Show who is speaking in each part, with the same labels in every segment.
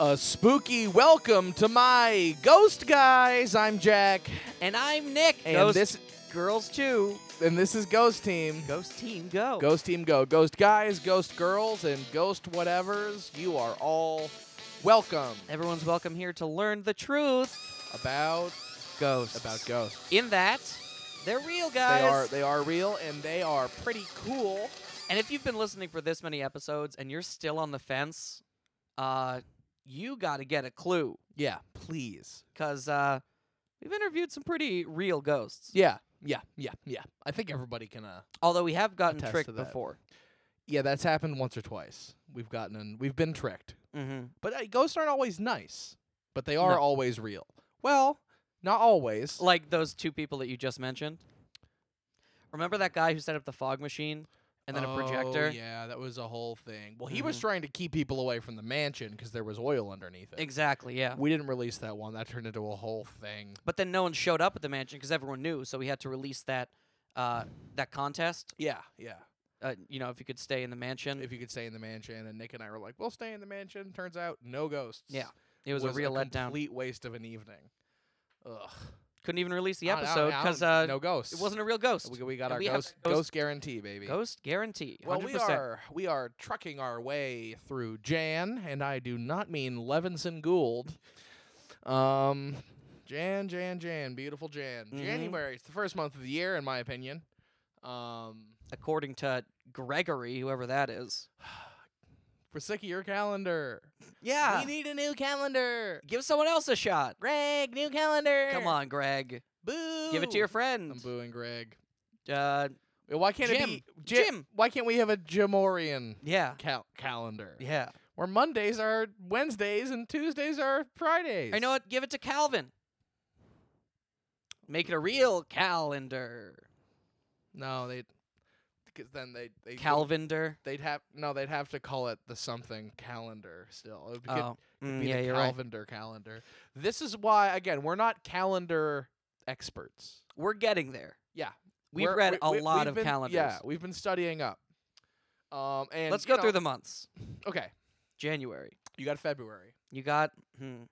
Speaker 1: A spooky welcome to my ghost guys. I'm Jack,
Speaker 2: And I'm Nick.
Speaker 1: and
Speaker 2: Ghost
Speaker 1: this
Speaker 2: girls too.
Speaker 1: and this is Ghost Team.
Speaker 2: Ghost team go.
Speaker 1: Ghost Team Go. Ghost guys, ghost girls, and ghost whatevers. You are all welcome
Speaker 2: Everyone's welcome here to learn the truth
Speaker 1: about
Speaker 2: ghosts.
Speaker 1: about ghosts.
Speaker 2: In that, they're real guys.
Speaker 1: They are they are real and they are pretty cool.
Speaker 2: and if you've been listening for this many episodes and you're still on the fence, uh, you got to get a clue
Speaker 1: Yeah, please.
Speaker 2: because uh, we've interviewed some pretty real ghosts.
Speaker 1: Yeah, yeah, yeah, yeah. I think everybody can. Uh,
Speaker 2: Although we have gotten
Speaker 1: Attest to
Speaker 2: tricked
Speaker 1: that.
Speaker 2: before.
Speaker 1: yeah, that's happened once or twice. We've gotten an, we've been tricked.
Speaker 2: Mm-hmm.
Speaker 1: But uh, ghosts aren't always nice, but they are
Speaker 2: No.
Speaker 1: always real. Well, not always.
Speaker 2: Like those two people that you just mentioned. Remember that guy who set up the fog machine and then a projector?
Speaker 1: Oh,
Speaker 2: Mm-hmm.
Speaker 1: Yeah, that was a whole thing. Well, he was trying to keep people away from the mansion because there was oil underneath it.
Speaker 2: Exactly, yeah.
Speaker 1: We didn't release that one. That turned into a whole thing.
Speaker 2: But then no one showed up at the mansion because everyone knew, so we had to release that uh, that contest.
Speaker 1: Yeah, yeah.
Speaker 2: Uh, you know, if you could stay in the mansion,
Speaker 1: If you could stay in the mansion, and Nick and I were like, "We'll stay in the mansion." Turns out, no ghosts.
Speaker 2: Yeah, it was, a real letdown.
Speaker 1: Complete waste of an evening. Ugh.
Speaker 2: Couldn't even release the
Speaker 1: I don't- I
Speaker 2: episode
Speaker 1: don't- I
Speaker 2: because
Speaker 1: don't-
Speaker 2: uh,
Speaker 1: no ghosts.
Speaker 2: it wasn't a real ghost.
Speaker 1: We, we got
Speaker 2: and
Speaker 1: our
Speaker 2: we have
Speaker 1: ghost,
Speaker 2: that ghost-
Speaker 1: ghost guarantee, baby.
Speaker 2: Ghost guarantee. 100%.
Speaker 1: Well, we are we are trucking our way through Jan, and I do not mean Levinson Gould. Um, Jan, Jan, Jan, beautiful Jan.
Speaker 2: Mhm.
Speaker 1: January, it's the first month of the year, in my opinion. Um,
Speaker 2: According to Gregory, whoever that is.
Speaker 1: we're sick of your calendar.
Speaker 2: Yeah.
Speaker 1: We need a new calendar.
Speaker 2: Give someone else a shot.
Speaker 1: Greg, new calendar.
Speaker 2: Come on, Greg.
Speaker 1: boo.
Speaker 2: Give it to your
Speaker 1: I'm
Speaker 2: friend.
Speaker 1: booing Greg.
Speaker 2: Uh,
Speaker 1: Why can't it
Speaker 2: Jim.
Speaker 1: be
Speaker 2: Jim.
Speaker 1: Why can't we have a Jimorian
Speaker 2: yeah.
Speaker 1: cal- calendar?
Speaker 2: Yeah.
Speaker 1: Where Mondays are Wednesdays and Tuesdays are Fridays.
Speaker 2: Or you know what? Give it to Calvin. Make it a real calendar.
Speaker 1: No, they because then they they
Speaker 2: Calvinder.
Speaker 1: they'd have no, they'd have to call it the something calendar still. It would be,
Speaker 2: Oh,
Speaker 1: good,
Speaker 2: mm,
Speaker 1: be
Speaker 2: yeah,
Speaker 1: the
Speaker 2: you're right.
Speaker 1: Calendar calendar. This is why again we're not calendar experts.
Speaker 2: We're getting there.
Speaker 1: Yeah,
Speaker 2: We've
Speaker 1: We're-
Speaker 2: read
Speaker 1: we-
Speaker 2: a
Speaker 1: we-
Speaker 2: lot
Speaker 1: we've
Speaker 2: of
Speaker 1: been-
Speaker 2: calendars.
Speaker 1: Yeah, we've been studying up. Um, and
Speaker 2: Let's
Speaker 1: you
Speaker 2: go
Speaker 1: know,
Speaker 2: through the months.
Speaker 1: Okay,
Speaker 2: January.
Speaker 1: you got February.
Speaker 2: You got. Hmm,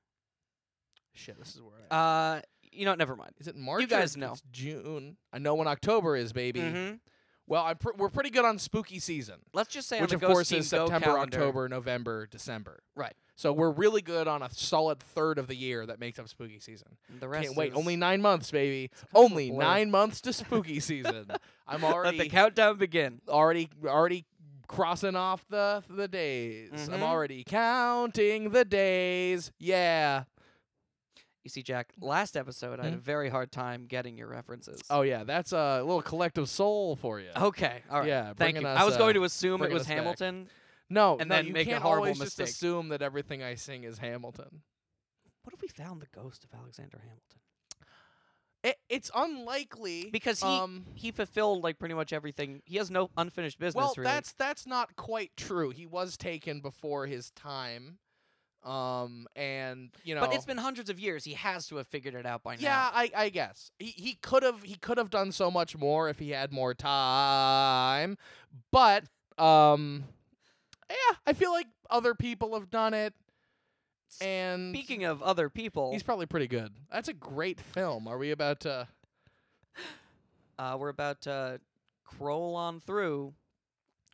Speaker 1: Shit, this is where. I
Speaker 2: uh, you know, never mind.
Speaker 1: is it March? or
Speaker 2: guys know.
Speaker 1: It's June. I know when October is, baby.
Speaker 2: Mhm.
Speaker 1: Well, I'm pr- we're pretty good on spooky season.
Speaker 2: Let's just say
Speaker 1: which
Speaker 2: on
Speaker 1: of
Speaker 2: the Ghost
Speaker 1: course
Speaker 2: Team
Speaker 1: is
Speaker 2: Go
Speaker 1: September,
Speaker 2: calendar,
Speaker 1: October, November, December.
Speaker 2: Right.
Speaker 1: So we're really good on a solid third of the year that makes up spooky season.
Speaker 2: The rest.
Speaker 1: Can't wait.
Speaker 2: is-
Speaker 1: Only nine months, baby.
Speaker 2: It's kind of a
Speaker 1: Only
Speaker 2: blur.
Speaker 1: nine months to spooky season. I'm
Speaker 2: Let the
Speaker 1: already
Speaker 2: countdown begin.
Speaker 1: already already crossing off the the days.
Speaker 2: Mhm.
Speaker 1: I'm already counting the days. Yeah.
Speaker 2: You see, Jack. Last episode, I had a very hard time getting your references.
Speaker 1: Mm-hmm. Oh yeah, that's a little collective soul for you.
Speaker 2: Okay. All right.
Speaker 1: Yeah,
Speaker 2: Thank
Speaker 1: bringing
Speaker 2: you.
Speaker 1: us,
Speaker 2: I was
Speaker 1: uh,
Speaker 2: going to assume it
Speaker 1: bringing
Speaker 2: was
Speaker 1: us back.
Speaker 2: Hamilton.
Speaker 1: No,
Speaker 2: and
Speaker 1: no,
Speaker 2: then
Speaker 1: you
Speaker 2: make a
Speaker 1: can't
Speaker 2: horrible
Speaker 1: always
Speaker 2: mistake.
Speaker 1: just assume that everything I sing is Hamilton.
Speaker 2: What if we found the ghost of Alexander Hamilton?
Speaker 1: It, it's unlikely
Speaker 2: Because he-
Speaker 1: um,
Speaker 2: He fulfilled like pretty much everything. He has no unfinished business.
Speaker 1: Well,
Speaker 2: really.
Speaker 1: that's that's not quite true. He was taken before his time, um, and you know,
Speaker 2: But it's been hundreds of years. He has to have figured it out by
Speaker 1: yeah,
Speaker 2: now.
Speaker 1: I, I guess he he could have he could have done so much more if he had more time, but um, yeah, I feel like other people have done it, and
Speaker 2: Speaking of other people,
Speaker 1: he's probably pretty good. That's a great film. Are we about to?
Speaker 2: uh, we're about to crawl on through.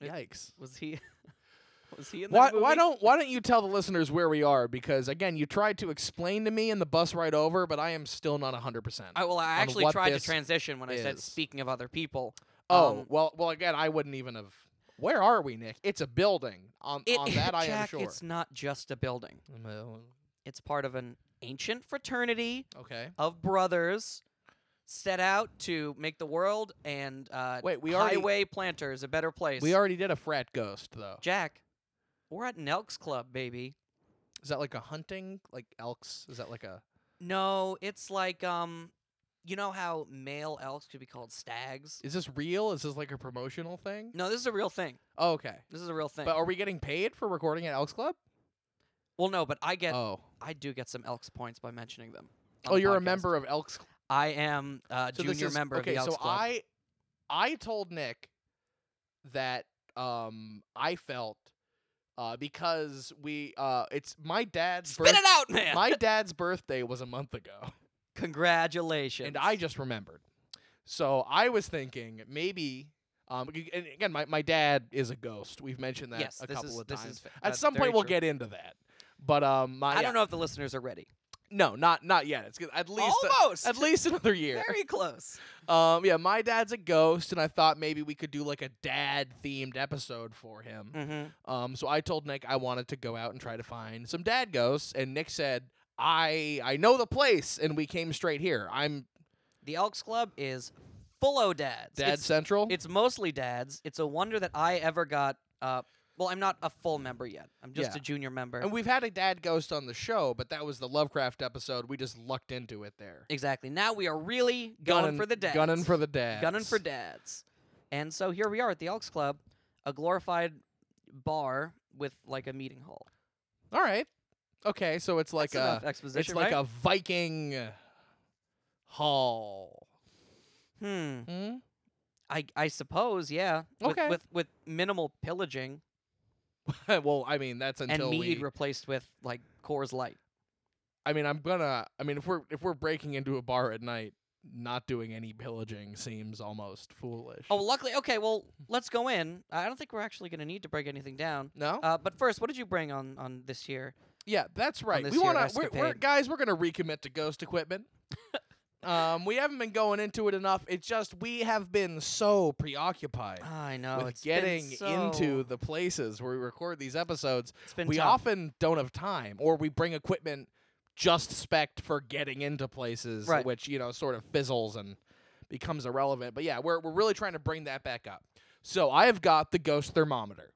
Speaker 2: It-
Speaker 1: Yikes.
Speaker 2: Was he? was he in
Speaker 1: Why,
Speaker 2: that movie?
Speaker 1: why don't why don't you tell the listeners where we are? Because again, you tried to explain to me in the bus ride over, but I am still not hundred percent.
Speaker 2: I, well, I
Speaker 1: on
Speaker 2: actually
Speaker 1: what
Speaker 2: tried to
Speaker 1: this
Speaker 2: transition when I said
Speaker 1: is.
Speaker 2: speaking of other people.
Speaker 1: Oh
Speaker 2: Um,
Speaker 1: well, well again, I wouldn't even have. Where are we, Nick? It's a building. On
Speaker 2: it,
Speaker 1: on that, I am
Speaker 2: Jack,
Speaker 1: sure.
Speaker 2: It's not just a building.
Speaker 1: Well,
Speaker 2: It's part of an ancient fraternity
Speaker 1: Okay.
Speaker 2: of brothers set out to make the world and uh,
Speaker 1: Wait, we already
Speaker 2: highway planters a better place.
Speaker 1: we already did a frat ghost though.
Speaker 2: Jack. We're at an Elks Club, baby.
Speaker 1: Is that like a hunting like elks? Is that like a
Speaker 2: No, it's like um, you know how male elks could be called stags.
Speaker 1: is this real? Is this like a promotional thing?
Speaker 2: No, this is a real thing.
Speaker 1: Oh, okay.
Speaker 2: This is a real thing.
Speaker 1: But are we getting paid for recording at Elks Club?
Speaker 2: well, no, but I get
Speaker 1: Oh.
Speaker 2: I do get some Elks points by mentioning them. on
Speaker 1: Oh,
Speaker 2: the
Speaker 1: you're a
Speaker 2: podcast.
Speaker 1: member of Elks Club.
Speaker 2: I am a
Speaker 1: So this
Speaker 2: junior
Speaker 1: is-
Speaker 2: member
Speaker 1: okay,
Speaker 2: of the Elks
Speaker 1: so
Speaker 2: Club.
Speaker 1: I I told Nick that um I felt uh, because we uh, it's my dad's
Speaker 2: Spit it
Speaker 1: birth-
Speaker 2: out, man.
Speaker 1: my dad's birthday was a month ago,
Speaker 2: Congratulations.
Speaker 1: and I just remembered. So I was thinking maybe. Um, ag- and again, my, my dad is a ghost. We've mentioned that
Speaker 2: yes,
Speaker 1: a
Speaker 2: this
Speaker 1: couple
Speaker 2: is,
Speaker 1: of
Speaker 2: this
Speaker 1: times.
Speaker 2: Is, fa-
Speaker 1: At
Speaker 2: that's
Speaker 1: some
Speaker 2: very
Speaker 1: point, we'll
Speaker 2: true.
Speaker 1: get into that. But um, my,
Speaker 2: I don't know if the listeners are ready.
Speaker 1: No, not not yet. It's good. At least uh,
Speaker 2: Almost.
Speaker 1: at least another year.
Speaker 2: Very close.
Speaker 1: Um, yeah, my dad's a ghost, and I thought maybe we could do like a dad themed episode for him.
Speaker 2: Mm-hmm.
Speaker 1: Um, so I told Nick I wanted to go out and try to find some dad ghosts, and Nick said, "I I know the place," and we came straight here. I'm
Speaker 2: The Elks Club is full o dads.
Speaker 1: Dad
Speaker 2: It's-
Speaker 1: Central.
Speaker 2: It's mostly dads. It's a wonder that I ever got. Uh, well, I'm not a full member yet. I'm just
Speaker 1: Yeah.
Speaker 2: a junior member.
Speaker 1: and we've had a dad ghost on the show, but that was the Lovecraft episode. We just lucked into it there.
Speaker 2: exactly. Now we are really going
Speaker 1: Gunnin-
Speaker 2: for the dads.
Speaker 1: Gunning for the dads.
Speaker 2: Gunning for dads. And so here we are at the Elks Club, a glorified bar with like a meeting hall.
Speaker 1: All right. Okay, so it's like
Speaker 2: That's enough
Speaker 1: a
Speaker 2: exposition.
Speaker 1: it's like
Speaker 2: right?
Speaker 1: a Viking hall.
Speaker 2: hmm.
Speaker 1: Hmm?
Speaker 2: I I suppose yeah. With,
Speaker 1: Okay.
Speaker 2: With with minimal pillaging
Speaker 1: well, I mean that's until
Speaker 2: and mead
Speaker 1: we.
Speaker 2: replaced with like Coors Light.
Speaker 1: I mean, I'm gonna. I mean, if we're if we're breaking into a bar at night, not doing any pillaging seems almost foolish.
Speaker 2: Oh, luckily. Okay. Well, let's go in. I don't think we're actually going to need to break anything down.
Speaker 1: no.
Speaker 2: Uh, but first, what did you bring on on this year?
Speaker 1: yeah, that's right.
Speaker 2: this
Speaker 1: We
Speaker 2: here
Speaker 1: want to. We're, we're,
Speaker 2: escapade.
Speaker 1: guys, we're gonna recommit to ghost equipment. um, we haven't been going into it enough. It's just we have been so preoccupied.
Speaker 2: Ah, I know
Speaker 1: with
Speaker 2: Oh, it's
Speaker 1: getting
Speaker 2: been so,
Speaker 1: into the places where we record these episodes,
Speaker 2: It's been
Speaker 1: we
Speaker 2: tough.
Speaker 1: often don't have time, or we bring equipment just spec'd for getting into places,
Speaker 2: Right.
Speaker 1: which you know sort of fizzles and becomes irrelevant. But yeah, we're we're really trying to bring that back up. So I have got the ghost thermometer.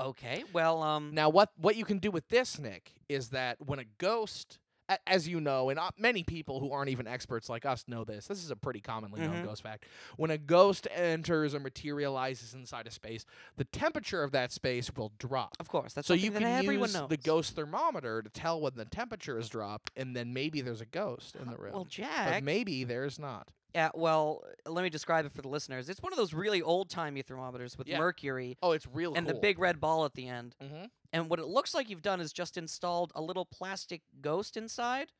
Speaker 2: Okay. Well, um,
Speaker 1: Now, what what you can do with this, Nick, is that when a ghost, a- as you know, and uh, many people who aren't even experts like us know this, this is a pretty commonly known
Speaker 2: Mhm.
Speaker 1: ghost fact. When a ghost enters or materializes inside a space, the temperature of that space will drop.
Speaker 2: of course. That's
Speaker 1: so
Speaker 2: something
Speaker 1: you
Speaker 2: that
Speaker 1: can
Speaker 2: everyone
Speaker 1: use
Speaker 2: knows.
Speaker 1: the ghost thermometer to tell when the temperature is dropped, and then maybe there's a ghost in the room.
Speaker 2: Well,
Speaker 1: but
Speaker 2: Jack.
Speaker 1: maybe there's not.
Speaker 2: yeah. Well, let me describe it for the listeners. It's one of those really old timey thermometers with
Speaker 1: Yeah.
Speaker 2: mercury
Speaker 1: Oh, it's real
Speaker 2: and the big red ball at the end.
Speaker 1: hmm
Speaker 2: And what it looks like you've done is just installed a little plastic ghost inside.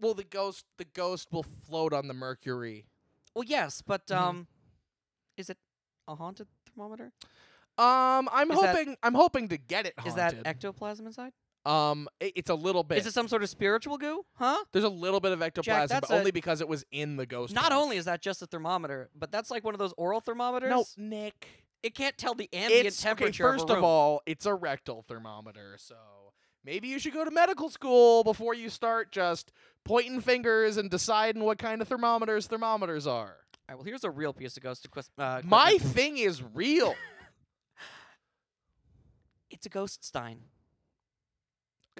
Speaker 1: Well, the ghost the ghost will float on the mercury.
Speaker 2: Well, yes, but
Speaker 1: Mhm.
Speaker 2: um, is it a haunted thermometer?
Speaker 1: Um, I'm
Speaker 2: Is that-
Speaker 1: hoping I'm hoping to get it haunted.
Speaker 2: Is that ectoplasm inside?
Speaker 1: Um, i- it's a little bit.
Speaker 2: Is it some sort of spiritual goo? Huh?
Speaker 1: There's a little bit of ectoplasm,
Speaker 2: that's
Speaker 1: but
Speaker 2: a-
Speaker 1: only because it was in the ghost.
Speaker 2: Not
Speaker 1: watch.
Speaker 2: only is that just a thermometer, but that's like one of those oral thermometers.
Speaker 1: no, Nick.
Speaker 2: it can't tell the ambient
Speaker 1: It's okay.
Speaker 2: temperature.
Speaker 1: First
Speaker 2: of, a
Speaker 1: of
Speaker 2: room.
Speaker 1: all, it's a rectal thermometer, so maybe you should go to medical school before you start just pointing fingers and deciding what kind of thermometers thermometers are.
Speaker 2: All right, well, here's a real piece of ghost equis- uh,
Speaker 1: My
Speaker 2: equipment.
Speaker 1: thing is real.
Speaker 2: it's a ghost stein.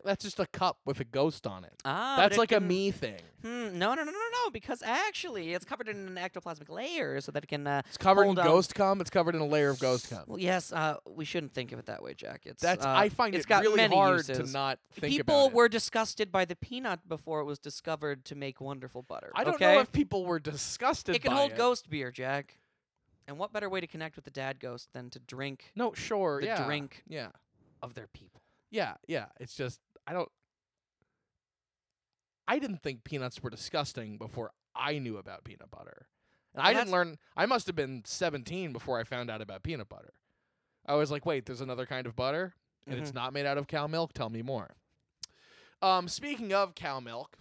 Speaker 1: That's just a cup with a ghost on it.
Speaker 2: Ah, but
Speaker 1: That's
Speaker 2: it
Speaker 1: like a
Speaker 2: can-
Speaker 1: me thing.
Speaker 2: Hmm, no, no, no, no, no, no, because actually it's covered in an ectoplasmic layer, so that it can. Uh,
Speaker 1: It's covered
Speaker 2: Hold
Speaker 1: in
Speaker 2: on.
Speaker 1: ghost cum. It's covered in a layer of ghost cum.
Speaker 2: well, yes, uh, we shouldn't think of it that way, Jack. It's
Speaker 1: That's
Speaker 2: uh,
Speaker 1: I find
Speaker 2: it's
Speaker 1: it
Speaker 2: got
Speaker 1: really
Speaker 2: many
Speaker 1: hard to
Speaker 2: uses.
Speaker 1: not think about
Speaker 2: people
Speaker 1: it.
Speaker 2: were disgusted by the peanut before it was discovered to make wonderful butter.
Speaker 1: I don't
Speaker 2: okay?
Speaker 1: know if people were disgusted.
Speaker 2: it can
Speaker 1: by
Speaker 2: hold
Speaker 1: it.
Speaker 2: ghost beer, Jack. And what better way to connect with the dad ghost than to drink
Speaker 1: No, sure.
Speaker 2: the
Speaker 1: yeah.
Speaker 2: drink
Speaker 1: Yeah.
Speaker 2: of their people?
Speaker 1: Yeah. Yeah. It's just I don't. I didn't think peanuts were disgusting before I knew about peanut butter, and I
Speaker 2: Well,
Speaker 1: didn't
Speaker 2: that's-
Speaker 1: learn. I must have been seventeen before I found out about peanut butter. I was like, wait, there's another kind of butter, and it's
Speaker 2: Mm-hmm.
Speaker 1: not made out of cow milk. Tell me more. Um, speaking of cow milk,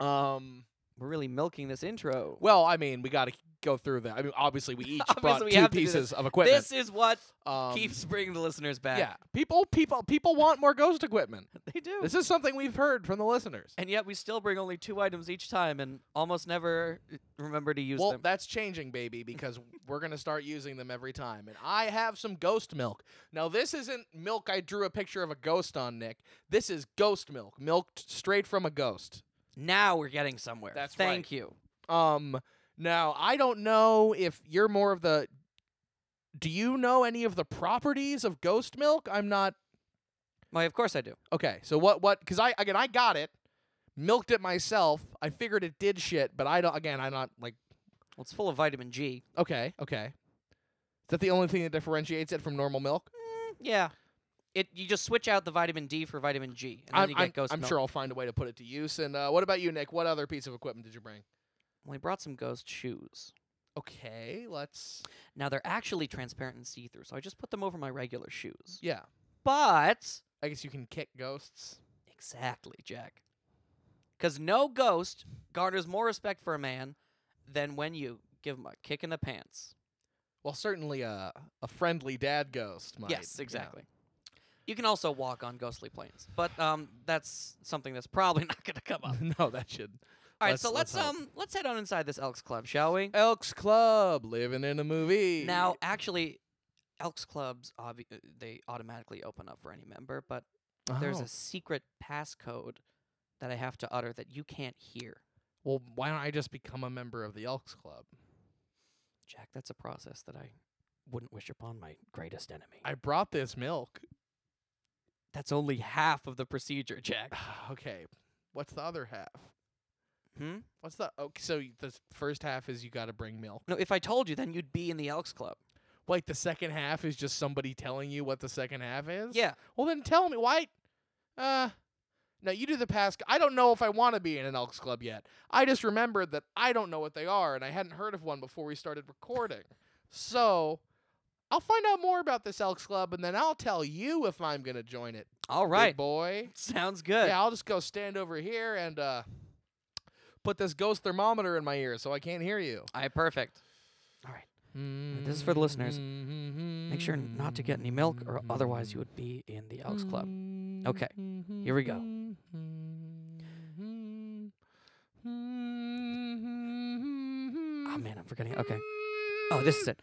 Speaker 1: um,
Speaker 2: We're really milking this intro.
Speaker 1: well, I mean, we got to go through that. I mean, obviously, we each brought
Speaker 2: Obviously, we
Speaker 1: two
Speaker 2: have to do this.
Speaker 1: pieces of equipment.
Speaker 2: This is what
Speaker 1: um,
Speaker 2: keeps bringing the listeners back.
Speaker 1: Yeah, people, people, people want more ghost equipment.
Speaker 2: they do.
Speaker 1: This is something we've heard from the listeners.
Speaker 2: and yet we still bring only two items each time, and almost never uh, remember to use
Speaker 1: well,
Speaker 2: them.
Speaker 1: that's changing, baby, because we're gonna start using them every time. And I have some ghost milk. Now, this isn't milk I drew a picture of a ghost on, Nick. This is ghost milk, milked straight from a ghost.
Speaker 2: now we're getting somewhere.
Speaker 1: That's right.
Speaker 2: Thank you.
Speaker 1: Um, now I don't know if you're more of the. Do you know any of the properties of ghost milk? I'm not
Speaker 2: Why, of course I do.
Speaker 1: Okay, so what what cuz I again I got it, milked it myself. I figured it did shit, but I don't again, I'm not like
Speaker 2: Well, it's full of vitamin G.
Speaker 1: okay, okay. Is that the only thing that differentiates it from normal milk?
Speaker 2: Mm, yeah. it you just switch out the vitamin D for vitamin G, and then
Speaker 1: I'm,
Speaker 2: you get
Speaker 1: I'm,
Speaker 2: ghost
Speaker 1: I'm
Speaker 2: milk.
Speaker 1: sure I'll find a way to put it to use. And uh, what about you, Nick? What other piece of equipment did you bring?
Speaker 2: Well, I brought some ghost shoes.
Speaker 1: Okay, let's.
Speaker 2: Now they're actually transparent and see through, so I just put them over my regular shoes.
Speaker 1: Yeah,
Speaker 2: But
Speaker 1: I guess you can kick ghosts.
Speaker 2: exactly, Jack, because no ghost garners more respect for a man than when you give him a kick in the pants.
Speaker 1: Well, certainly a a friendly dad ghost might.
Speaker 2: yes,
Speaker 1: you know.
Speaker 2: exactly. You can also walk on ghostly planes, but um, that's something that's probably not going to come up.
Speaker 1: no, that should.
Speaker 2: All right,
Speaker 1: Let's-
Speaker 2: so
Speaker 1: let's
Speaker 2: let's,
Speaker 1: hope.
Speaker 2: um let's head on inside this Elks Club, shall we?
Speaker 1: Elks Club, living in a movie.
Speaker 2: Now, actually, Elks Clubs obvi- uh, they automatically open up for any member, but there's
Speaker 1: Oh.
Speaker 2: a secret passcode that I have to utter that you can't hear.
Speaker 1: Well, why don't I just become a member of the Elks Club?
Speaker 2: Jack, that's a process that I wouldn't wish upon my greatest enemy.
Speaker 1: I brought this milk.
Speaker 2: that's only half of the procedure, Jack.
Speaker 1: okay, what's the other half?
Speaker 2: hmm?
Speaker 1: What's the okay? So y- the s- first half is you got to bring milk.
Speaker 2: No, if I told you, then you'd be in the Elks Club.
Speaker 1: Like the second half is just somebody telling you what the second half is.
Speaker 2: Yeah.
Speaker 1: Well, then tell me why. Uh, no, you do the past. I don't know if I want to be in an Elks Club yet. I just remembered that I don't know what they are, and I hadn't heard of one before we started recording. So I'll find out more about this Elks Club, and then I'll tell you if I'm gonna join it,
Speaker 2: All
Speaker 1: big
Speaker 2: right.
Speaker 1: boy.
Speaker 2: Sounds good.
Speaker 1: Yeah, I'll just go stand over here and uh, put this ghost thermometer in my ear so I can't hear you.
Speaker 2: All right, perfect. All right. this is for the listeners. Make
Speaker 1: Make
Speaker 2: sure not to get any milk, or otherwise you would be in the Elks Club. Okay, here we go.
Speaker 1: Oh
Speaker 2: Oh man, I'm forgetting. Okay. Oh, this is it.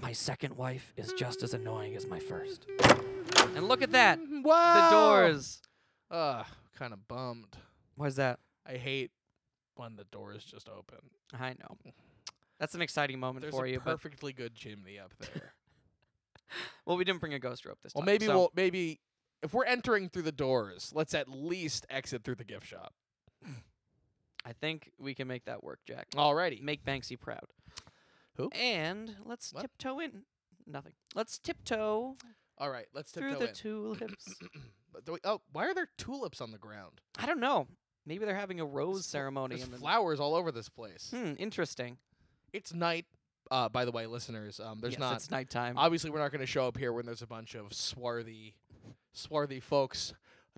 Speaker 2: My second wife is just as annoying as my first. And look at that. The
Speaker 1: Wow.
Speaker 2: doors.
Speaker 1: Ugh, kind of bummed.
Speaker 2: Why's that?
Speaker 1: I hate when the doors just open.
Speaker 2: I know. That's an exciting moment
Speaker 1: There's
Speaker 2: for
Speaker 1: a
Speaker 2: you, but
Speaker 1: perfectly good chimney up there.
Speaker 2: well, we didn't bring a ghost rope this
Speaker 1: well,
Speaker 2: time.
Speaker 1: maybe
Speaker 2: so-
Speaker 1: we'll maybe if we're entering through the doors, let's at least exit through the gift shop.
Speaker 2: I think we can make that work, Jack.
Speaker 1: Alrighty.
Speaker 2: Make Banksy proud.
Speaker 1: Who?
Speaker 2: And let's
Speaker 1: What?
Speaker 2: tiptoe in. Nothing. Let's tiptoe,
Speaker 1: All right, let's
Speaker 2: through
Speaker 1: tiptoe
Speaker 2: the
Speaker 1: in.
Speaker 2: tulips.
Speaker 1: But do we- oh, why are there tulips on the ground?
Speaker 2: I don't know. Maybe they're having a rose
Speaker 1: fl-
Speaker 2: ceremony.
Speaker 1: There's
Speaker 2: in the-
Speaker 1: flowers all over this place.
Speaker 2: Hmm, interesting.
Speaker 1: It's night. Uh, by the way, listeners, um, there's
Speaker 2: yes,
Speaker 1: not.
Speaker 2: It's nighttime.
Speaker 1: Obviously, we're not going to show up here when there's a bunch of swarthy, swarthy folks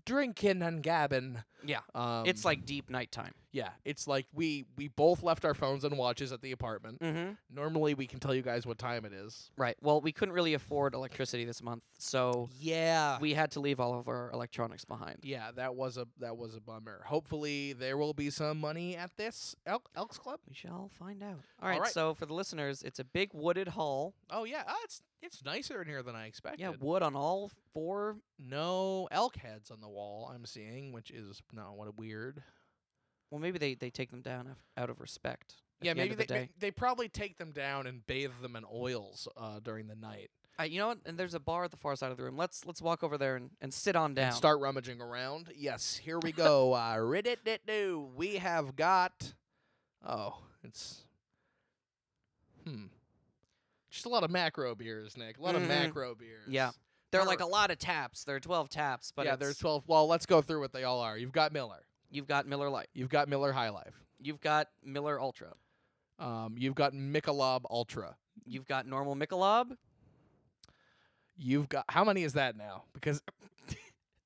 Speaker 1: drinking and gabbing.
Speaker 2: yeah.
Speaker 1: Um,
Speaker 2: it's like deep nighttime.
Speaker 1: yeah, it's like we we both left our phones and watches at the apartment.
Speaker 2: Mm-hmm.
Speaker 1: Normally, we can tell you guys what time it is.
Speaker 2: Right. Well, we couldn't really afford electricity this month, so
Speaker 1: Yeah,
Speaker 2: we had to leave all of our electronics behind.
Speaker 1: yeah, that was a that was a bummer. Hopefully, there will be some money at this El- Elks Club.
Speaker 2: We shall find out. All right,
Speaker 1: right.
Speaker 2: So for the listeners, it's a big wooded hall.
Speaker 1: Oh yeah, uh, it's it's nicer in here than I expected.
Speaker 2: Yeah, wood on all four.
Speaker 1: no elk heads on the wall I'm seeing, which is no, what a weird.
Speaker 2: Well, maybe they, they take them down af- out of respect. at
Speaker 1: yeah,
Speaker 2: the
Speaker 1: maybe
Speaker 2: end of
Speaker 1: they
Speaker 2: the
Speaker 1: may-
Speaker 2: day.
Speaker 1: they probably take them down and bathe them in oils uh, during the night
Speaker 2: Uh, you know what? And there's a bar at the far side of the room. Let's let's walk over there and, and sit on down.
Speaker 1: and start rummaging around. Yes, here we go. uh, Reddit, do we have got? Oh, it's hmm, just a lot of macro beers, Nick. A lot
Speaker 2: Mhm.
Speaker 1: of macro beers.
Speaker 2: Yeah. there are
Speaker 1: Or-
Speaker 2: like a lot of taps. There are twelve taps, but
Speaker 1: yeah,
Speaker 2: it's-
Speaker 1: there's twelve. Well, let's go through what they all are. You've got Miller.
Speaker 2: you've got Miller Lite,
Speaker 1: You've got Miller High Life.
Speaker 2: you've got Miller Ultra,
Speaker 1: Um, you've got Michelob Ultra.
Speaker 2: you've got normal Michelob.
Speaker 1: You've got how many is that now? Because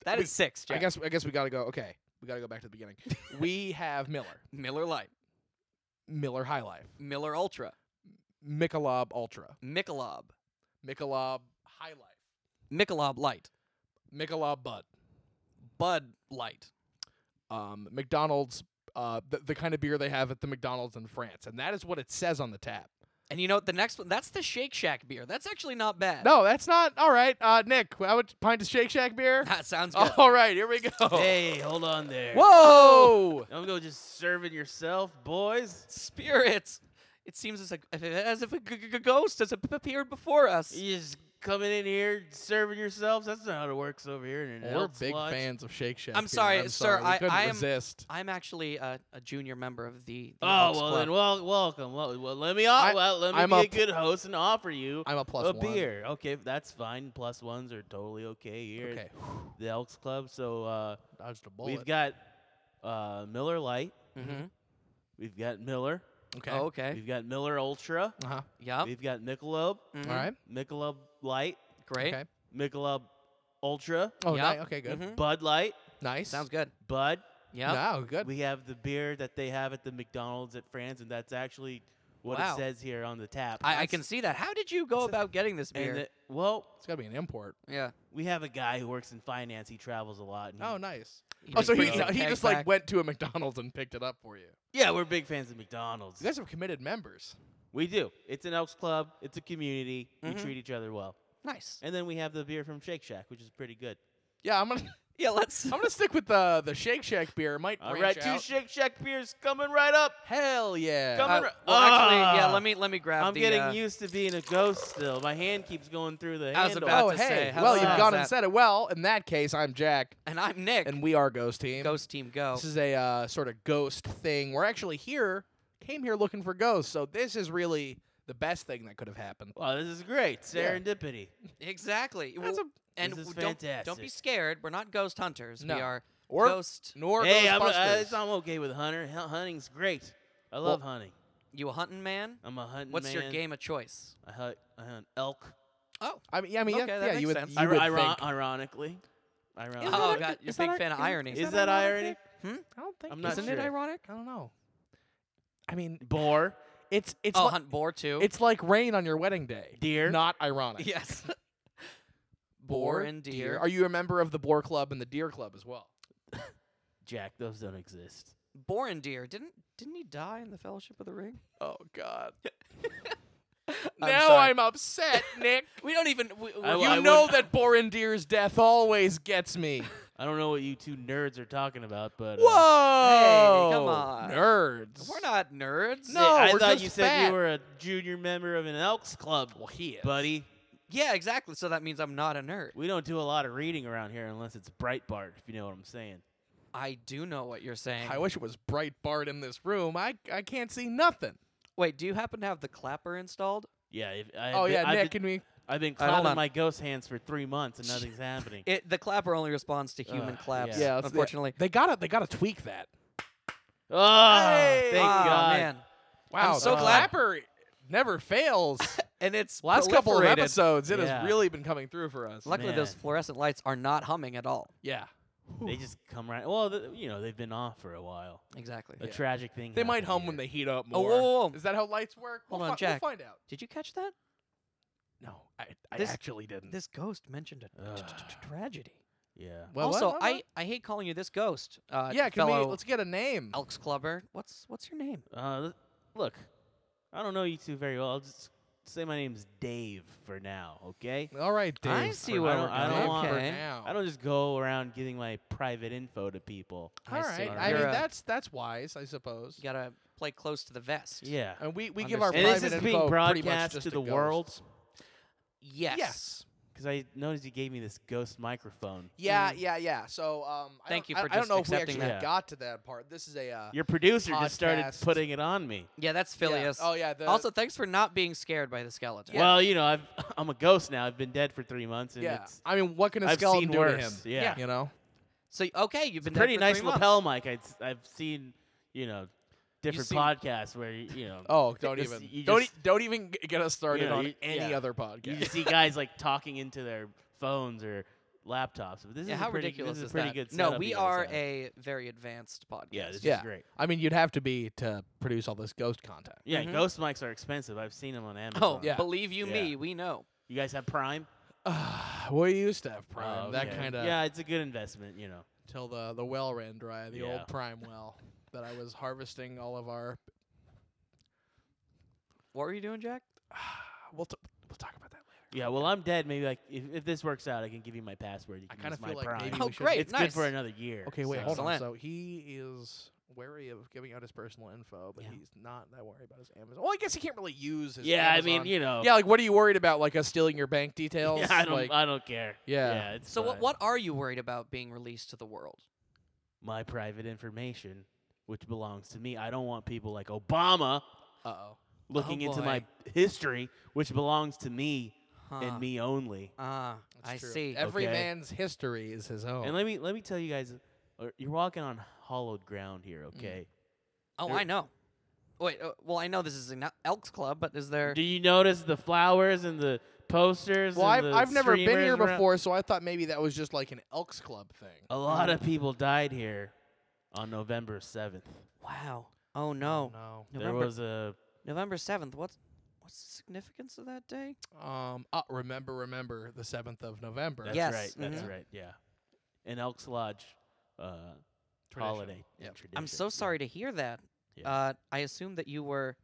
Speaker 2: That
Speaker 1: We-
Speaker 2: is six. Jack.
Speaker 1: I guess I guess we gotta go. Okay, we gotta go back to the beginning. we have Miller,
Speaker 2: Miller Lite,
Speaker 1: Miller High Life,
Speaker 2: Miller Ultra,
Speaker 1: Michelob Ultra,
Speaker 2: Michelob,
Speaker 1: Michelob High Life,
Speaker 2: Michelob Light,
Speaker 1: Michelob Bud,
Speaker 2: Bud Light.
Speaker 1: um, McDonald's, uh, the, the kind of beer they have at the McDonald's in France, and that is what it says on the tap.
Speaker 2: And you know what? The next one, that's the Shake Shack beer. That's actually not bad.
Speaker 1: No, that's not all right. Uh, Nick, I would pint of Shake Shack beer.
Speaker 2: That sounds good.
Speaker 1: all right, here we go.
Speaker 3: Hey, hold on there.
Speaker 1: Whoa!
Speaker 3: Don't go just serving yourself, boys.
Speaker 2: Spirits. It seems as, like, as if a g- g- g- ghost has ap- appeared before us.
Speaker 3: You just coming in here serving yourselves. That's not how it works over here. In an
Speaker 1: We're
Speaker 3: adult
Speaker 1: big
Speaker 3: lodge.
Speaker 1: fans of Shake Shack.
Speaker 2: I'm
Speaker 1: here.
Speaker 2: sorry,
Speaker 1: I'm
Speaker 2: sir,
Speaker 1: sorry. We
Speaker 2: I-
Speaker 1: couldn't
Speaker 2: I am-
Speaker 1: resist.
Speaker 2: I'm actually a, a junior member of the. the
Speaker 3: Oh
Speaker 2: Elks
Speaker 3: well,
Speaker 2: Club.
Speaker 3: then wel- welcome. Well, well, let me
Speaker 1: I-
Speaker 3: off. Well, let me
Speaker 1: I'm
Speaker 3: be
Speaker 1: a
Speaker 3: a,
Speaker 1: pl-
Speaker 3: good host and offer you
Speaker 1: I'm a plus
Speaker 3: a
Speaker 1: one.
Speaker 3: beer. Okay, that's fine. Plus ones are totally okay here
Speaker 1: Okay,
Speaker 3: at the Elks Club. So uh,
Speaker 1: dodged a bullet.
Speaker 3: we've got uh, Miller Light.
Speaker 2: Mhm.
Speaker 3: We've got Miller.
Speaker 1: Mm-hmm. okay.
Speaker 2: Oh, okay.
Speaker 3: We've got Miller Ultra.
Speaker 1: Uh huh.
Speaker 2: Yep.
Speaker 3: We've got Michelob.
Speaker 2: mhm,
Speaker 1: All right.
Speaker 3: Michelob Light.
Speaker 2: Great.
Speaker 1: Okay.
Speaker 3: Michelob Ultra.
Speaker 1: Oh,
Speaker 2: Yep.
Speaker 1: ni- okay, good.
Speaker 2: Mhm.
Speaker 3: Bud Light.
Speaker 1: Nice.
Speaker 2: Sounds good.
Speaker 3: Bud.
Speaker 2: Yeah.
Speaker 1: No, good.
Speaker 3: We have the beer that they have at the McDonald's at France, and that's actually what
Speaker 2: Wow.
Speaker 3: it says here on the tap.
Speaker 2: I, I
Speaker 3: That's-
Speaker 2: can see that. How did you go about getting this beer?
Speaker 3: And the- well,
Speaker 1: it's got to be an import.
Speaker 2: yeah.
Speaker 3: we have a guy who works in finance. He travels a lot. And he-
Speaker 1: Oh, nice.
Speaker 2: Mm-hmm. He
Speaker 1: Oh,
Speaker 2: just
Speaker 1: so he,
Speaker 2: brings the
Speaker 1: he
Speaker 2: keg
Speaker 1: just
Speaker 2: back.
Speaker 1: like went to a McDonald's and picked it up for you.
Speaker 3: yeah, we're big fans of McDonald's.
Speaker 1: You guys have committed members.
Speaker 3: we do. It's an Elks Club. It's a community. We
Speaker 2: Mhm.
Speaker 3: treat each other well.
Speaker 2: Nice.
Speaker 3: And then we have the beer from Shake Shack, which is pretty good.
Speaker 1: Yeah, I'm gonna
Speaker 2: Yeah. Let's.
Speaker 1: I'm gonna stick with the the Shake Shack beer. It might
Speaker 3: All
Speaker 1: branch
Speaker 3: right, two
Speaker 1: out.
Speaker 3: Shake Shack beers coming right up.
Speaker 1: Hell yeah.
Speaker 3: Come
Speaker 2: Uh,
Speaker 3: on.
Speaker 2: well, actually, yeah.
Speaker 3: Ah!
Speaker 2: Let me let me grab
Speaker 3: I'm
Speaker 2: the.
Speaker 3: getting
Speaker 2: uh,
Speaker 3: used to being a ghost still. My hand keeps going through the
Speaker 2: I was
Speaker 3: handle.
Speaker 2: about
Speaker 1: oh
Speaker 2: to
Speaker 1: hey,
Speaker 2: say, how
Speaker 1: well
Speaker 3: about
Speaker 1: you've gone
Speaker 2: that?
Speaker 1: and said it well. In that case, I'm Jack,
Speaker 2: And I'm Nick.
Speaker 1: and we are Ghost Team.
Speaker 2: Ghost Team Go.
Speaker 1: This is a uh, sort of ghost thing. We're actually here, came here looking for ghosts. So this is really the best thing that could have happened.
Speaker 3: Wow, this is great.
Speaker 1: Yeah.
Speaker 3: Serendipity.
Speaker 2: exactly.
Speaker 1: That's
Speaker 2: Well, and
Speaker 3: This is
Speaker 2: w- don't, Don't be
Speaker 3: fantastic.
Speaker 2: scared. We're not ghost hunters.
Speaker 1: No.
Speaker 2: We are
Speaker 1: Or
Speaker 2: ghost.
Speaker 1: nor
Speaker 3: hey, I'm, uh,
Speaker 1: Ghostbusters.
Speaker 3: it's- I'm okay with hunter. Hu- Hunting's great. I love hunting.
Speaker 2: You a hunting man?
Speaker 3: I'm a hunting
Speaker 2: What's your
Speaker 3: man.
Speaker 2: game of choice?
Speaker 3: I hunt, I hunt elk.
Speaker 2: Oh.
Speaker 1: I mean, yeah, I mean, yeah,
Speaker 2: Okay, that
Speaker 1: yeah,
Speaker 2: makes
Speaker 1: you would,
Speaker 2: sense.
Speaker 1: you
Speaker 3: I,
Speaker 1: would
Speaker 3: iron-
Speaker 1: think.
Speaker 3: ironically. Ironically.
Speaker 2: Oh
Speaker 1: that-
Speaker 2: God, you're a
Speaker 1: is that
Speaker 2: big
Speaker 1: our-
Speaker 2: fan of
Speaker 1: is-
Speaker 2: irony.
Speaker 1: is
Speaker 3: is
Speaker 1: that
Speaker 3: that irony?
Speaker 1: ironic?
Speaker 2: Hmm?
Speaker 1: I don't think.
Speaker 3: I'm not
Speaker 1: so.
Speaker 2: Isn't it
Speaker 3: sure.
Speaker 2: ironic?
Speaker 1: I don't know. I mean,
Speaker 3: Boar.
Speaker 1: it's it's
Speaker 2: oh,
Speaker 1: like,
Speaker 2: hunt boar too.
Speaker 1: it's like rain on your wedding day.
Speaker 3: Deer.
Speaker 1: Not ironic.
Speaker 2: yes. boar and deer.
Speaker 1: Are you a member of the Boar Club and the Deer Club as well?
Speaker 3: Jack, those don't exist.
Speaker 2: boar and deer. Didn't didn't he die in the Fellowship of the Ring?
Speaker 1: Oh God.
Speaker 2: I'm
Speaker 1: now
Speaker 2: sorry.
Speaker 1: I'm upset, Nick.
Speaker 2: We don't even. We, we,
Speaker 1: you
Speaker 3: I w- I
Speaker 1: know that
Speaker 3: wouldn't-
Speaker 1: Borindir's death always gets me.
Speaker 3: I don't know what you two nerds are talking about, but. uh,
Speaker 1: Whoa!
Speaker 2: on.
Speaker 1: nerds.
Speaker 2: we're not nerds.
Speaker 1: No,
Speaker 3: I
Speaker 1: we're
Speaker 3: thought
Speaker 1: just
Speaker 3: you said
Speaker 1: fat.
Speaker 3: you were a junior member of an Elks Club,
Speaker 1: Well, he is.
Speaker 3: buddy.
Speaker 2: Yeah, exactly. So that means I'm not a nerd.
Speaker 3: We don't do a lot of reading around here unless it's Breitbart, if you know what I'm saying.
Speaker 2: I do know what you're saying.
Speaker 1: I wish it was bright Bart in this room. I I can't see nothing.
Speaker 2: Wait, do you happen to have the clapper installed?
Speaker 3: Yeah. If, I,
Speaker 1: oh yeah,
Speaker 3: I've
Speaker 1: Nick,
Speaker 3: Been,
Speaker 1: can we?
Speaker 3: I've been
Speaker 2: All right, hold
Speaker 3: clouding
Speaker 2: on.
Speaker 3: my ghost hands for three months and nothing's happening.
Speaker 2: It the clapper only responds to human
Speaker 3: Ugh,
Speaker 2: claps.
Speaker 3: yeah. Yeah,
Speaker 1: let's-
Speaker 2: unfortunately.
Speaker 1: they gotta they gotta tweak that.
Speaker 3: Oh,
Speaker 1: Hey!
Speaker 3: thank
Speaker 2: Aw,
Speaker 3: God.
Speaker 2: Ah, man.
Speaker 1: Wow,
Speaker 2: so
Speaker 1: the
Speaker 2: glad-
Speaker 1: clapper never fails.
Speaker 2: And it's
Speaker 1: Last couple of
Speaker 2: proliferated.
Speaker 1: episodes, it
Speaker 3: Yeah.
Speaker 1: has really been coming through for us.
Speaker 2: Luckily, those
Speaker 3: Man.
Speaker 2: fluorescent lights are not humming at all.
Speaker 1: yeah,
Speaker 3: They just come right. Well, th- you know, they've been off for a while.
Speaker 2: Exactly.
Speaker 3: A tragic thing.
Speaker 1: they might
Speaker 3: happened
Speaker 1: hum
Speaker 3: here.
Speaker 1: when they heat up
Speaker 2: Oh,
Speaker 1: more.
Speaker 2: whoa, whoa, whoa.
Speaker 1: Is that how lights work?
Speaker 2: Hold
Speaker 1: we'll
Speaker 2: on,
Speaker 1: fi-
Speaker 2: Jack.
Speaker 1: We'll find out.
Speaker 2: Did you catch that?
Speaker 1: No, I, I
Speaker 2: This-
Speaker 1: actually didn't.
Speaker 2: This ghost mentioned a t- t- t- tragedy.
Speaker 3: Yeah.
Speaker 1: Well, what?
Speaker 2: also,
Speaker 1: What?
Speaker 2: I I hate calling you this ghost. Uh,
Speaker 1: What? yeah, can we,
Speaker 2: fellow
Speaker 1: let's get a name.
Speaker 2: Elks Clubber. What's what's your name?
Speaker 3: Uh, th- look, I don't know you two very well. I'll just say my name's Dave for now, okay?
Speaker 1: All right, Dave.
Speaker 2: I
Speaker 1: for
Speaker 2: see
Speaker 1: now.
Speaker 2: where
Speaker 3: don't-
Speaker 2: we're
Speaker 3: I
Speaker 2: going.
Speaker 3: don't want-
Speaker 1: For
Speaker 2: okay.
Speaker 1: now.
Speaker 3: I don't just go around giving my private info to people.
Speaker 2: I
Speaker 1: All
Speaker 2: see.
Speaker 1: right. I
Speaker 2: You're
Speaker 1: mean,
Speaker 2: a-
Speaker 1: that's that's wise, I suppose.
Speaker 2: You gotta play close to the vest.
Speaker 3: Yeah.
Speaker 1: And we, we give our
Speaker 2: Understand.
Speaker 1: private
Speaker 3: And this is
Speaker 1: info
Speaker 3: being
Speaker 1: pretty much
Speaker 3: broadcast
Speaker 1: just
Speaker 3: to the
Speaker 1: ghosts.
Speaker 3: world?
Speaker 2: Yes.
Speaker 1: Yes.
Speaker 3: Because I noticed you gave me this ghost microphone.
Speaker 1: Yeah,
Speaker 2: Mm.
Speaker 1: yeah, yeah. So um, I
Speaker 2: Thank
Speaker 1: don't-
Speaker 2: you
Speaker 1: I-
Speaker 2: for
Speaker 1: I, don't
Speaker 2: just
Speaker 1: know if we
Speaker 2: accepting
Speaker 1: actually
Speaker 3: that.
Speaker 1: got to that part. This is a uh,
Speaker 3: Your producer just started
Speaker 1: Podcast.
Speaker 3: putting it on me.
Speaker 2: Yeah, that's Phileas.
Speaker 1: Oh yeah. The,
Speaker 2: also, thanks for not being scared by the skeleton.
Speaker 3: Well, you know, I've, I'm a ghost now. I've been dead for three months, and
Speaker 1: yeah.
Speaker 3: it's
Speaker 1: I mean, what can a
Speaker 3: I've
Speaker 1: skeleton
Speaker 3: seen
Speaker 1: do
Speaker 3: worse.
Speaker 1: to him?
Speaker 3: Yeah.
Speaker 1: You know.
Speaker 2: So okay, you've been dead
Speaker 3: pretty
Speaker 2: for
Speaker 3: nice
Speaker 2: three months.
Speaker 3: lapel mic. I'd, s- I've seen, you know, different
Speaker 2: seen-
Speaker 3: podcasts where you, you know,
Speaker 1: Oh, don't
Speaker 3: Just-
Speaker 1: even
Speaker 3: you
Speaker 1: don't
Speaker 3: just-
Speaker 1: e- don't even g- get us started
Speaker 3: know,
Speaker 1: on
Speaker 3: you-
Speaker 1: any
Speaker 3: yeah.
Speaker 1: other
Speaker 3: you
Speaker 1: podcast.
Speaker 3: just see guys like talking into their phones or laptops. But this
Speaker 2: Yeah,
Speaker 3: is
Speaker 2: how
Speaker 3: a pretty,
Speaker 2: ridiculous
Speaker 3: this is,
Speaker 2: is
Speaker 3: a pretty
Speaker 2: that?
Speaker 3: good.
Speaker 2: no,
Speaker 3: setup
Speaker 2: we
Speaker 3: you guys
Speaker 2: are
Speaker 3: have.
Speaker 2: a very advanced podcast.
Speaker 3: yeah, this
Speaker 1: Yeah.
Speaker 3: is great.
Speaker 1: I mean, you'd have to be to produce all this ghost content.
Speaker 3: Yeah,
Speaker 2: Mhm.
Speaker 3: ghost mics are expensive. I've seen them on Amazon.
Speaker 2: Oh,
Speaker 1: Yeah.
Speaker 2: believe you
Speaker 3: Yeah.
Speaker 2: me, we know.
Speaker 3: you guys have Prime.
Speaker 1: we used to have
Speaker 3: Oh,
Speaker 1: Prime.
Speaker 3: okay.
Speaker 1: That kind of
Speaker 3: yeah, it's a good investment. You know,
Speaker 1: till the the well ran dry, the
Speaker 3: Yeah.
Speaker 1: old Prime well that I was harvesting all of our.
Speaker 2: What were you doing, Jack?
Speaker 1: We'll t- we'll talk about that later.
Speaker 3: yeah. Well, I'm dead. Maybe like if, if this works out, I can give you my password. You
Speaker 1: I
Speaker 3: can
Speaker 1: kinda
Speaker 3: use my
Speaker 1: feel like
Speaker 3: Prime.
Speaker 1: maybe
Speaker 2: Oh,
Speaker 1: we should-
Speaker 2: great,
Speaker 3: it's good
Speaker 2: nice.
Speaker 3: for another year.
Speaker 1: Okay, wait,
Speaker 3: so-
Speaker 1: hold on.
Speaker 2: Excellent.
Speaker 1: So he is wary of giving out his personal info, but
Speaker 2: Yeah.
Speaker 1: he's not that worried about his Amazon. Well, I guess he can't really use his.
Speaker 3: yeah, I mean,
Speaker 1: Amazon.
Speaker 3: you know.
Speaker 1: yeah, like what are you worried about? Like us stealing your bank details?
Speaker 3: Yeah, I don't.
Speaker 1: Like,
Speaker 3: I don't care.
Speaker 1: Yeah.
Speaker 3: it's
Speaker 2: So what
Speaker 3: fine.
Speaker 2: what are you worried about being released to the world?
Speaker 3: My private information, which belongs to me. I don't want people like Obama
Speaker 1: uh-oh.
Speaker 3: looking
Speaker 1: Oh,
Speaker 3: into
Speaker 2: boy.
Speaker 3: my history, which belongs to me
Speaker 2: Huh.
Speaker 3: and me only.
Speaker 2: Ah,
Speaker 1: That's
Speaker 2: I
Speaker 1: true.
Speaker 2: see.
Speaker 1: Every
Speaker 3: Okay.
Speaker 1: man's history is his own.
Speaker 3: And let me let me tell you guys, uh, you're walking on hollowed ground here.
Speaker 1: Mm.
Speaker 3: Okay.
Speaker 2: oh, I know. Wait, uh, well, I know this is an El- Elks Club, but is there?
Speaker 3: Do you notice the flowers and the posters?
Speaker 1: well,
Speaker 3: and
Speaker 1: I've,
Speaker 3: the
Speaker 1: I've never been
Speaker 3: streamers
Speaker 1: here
Speaker 3: around? Oh.
Speaker 1: before, so I thought maybe that was just like an Elks Club thing.
Speaker 3: A lot of people died here on November seventh.
Speaker 2: Wow. Oh no.
Speaker 1: No.
Speaker 3: There
Speaker 2: November
Speaker 3: was a
Speaker 2: November seventh. What's what's the significance of that day?
Speaker 1: Um. Uh, remember, remember the seventh of November.
Speaker 3: That's
Speaker 2: Yes,
Speaker 3: right. That's
Speaker 1: Mm-hmm.
Speaker 2: mhm.
Speaker 3: right. Yeah. An Elks Lodge uh,
Speaker 1: Tradition.
Speaker 3: holiday. and
Speaker 1: Yep.
Speaker 3: Tradition.
Speaker 2: I'm so sorry to hear that.
Speaker 3: Yeah.
Speaker 2: Uh, I assume that you were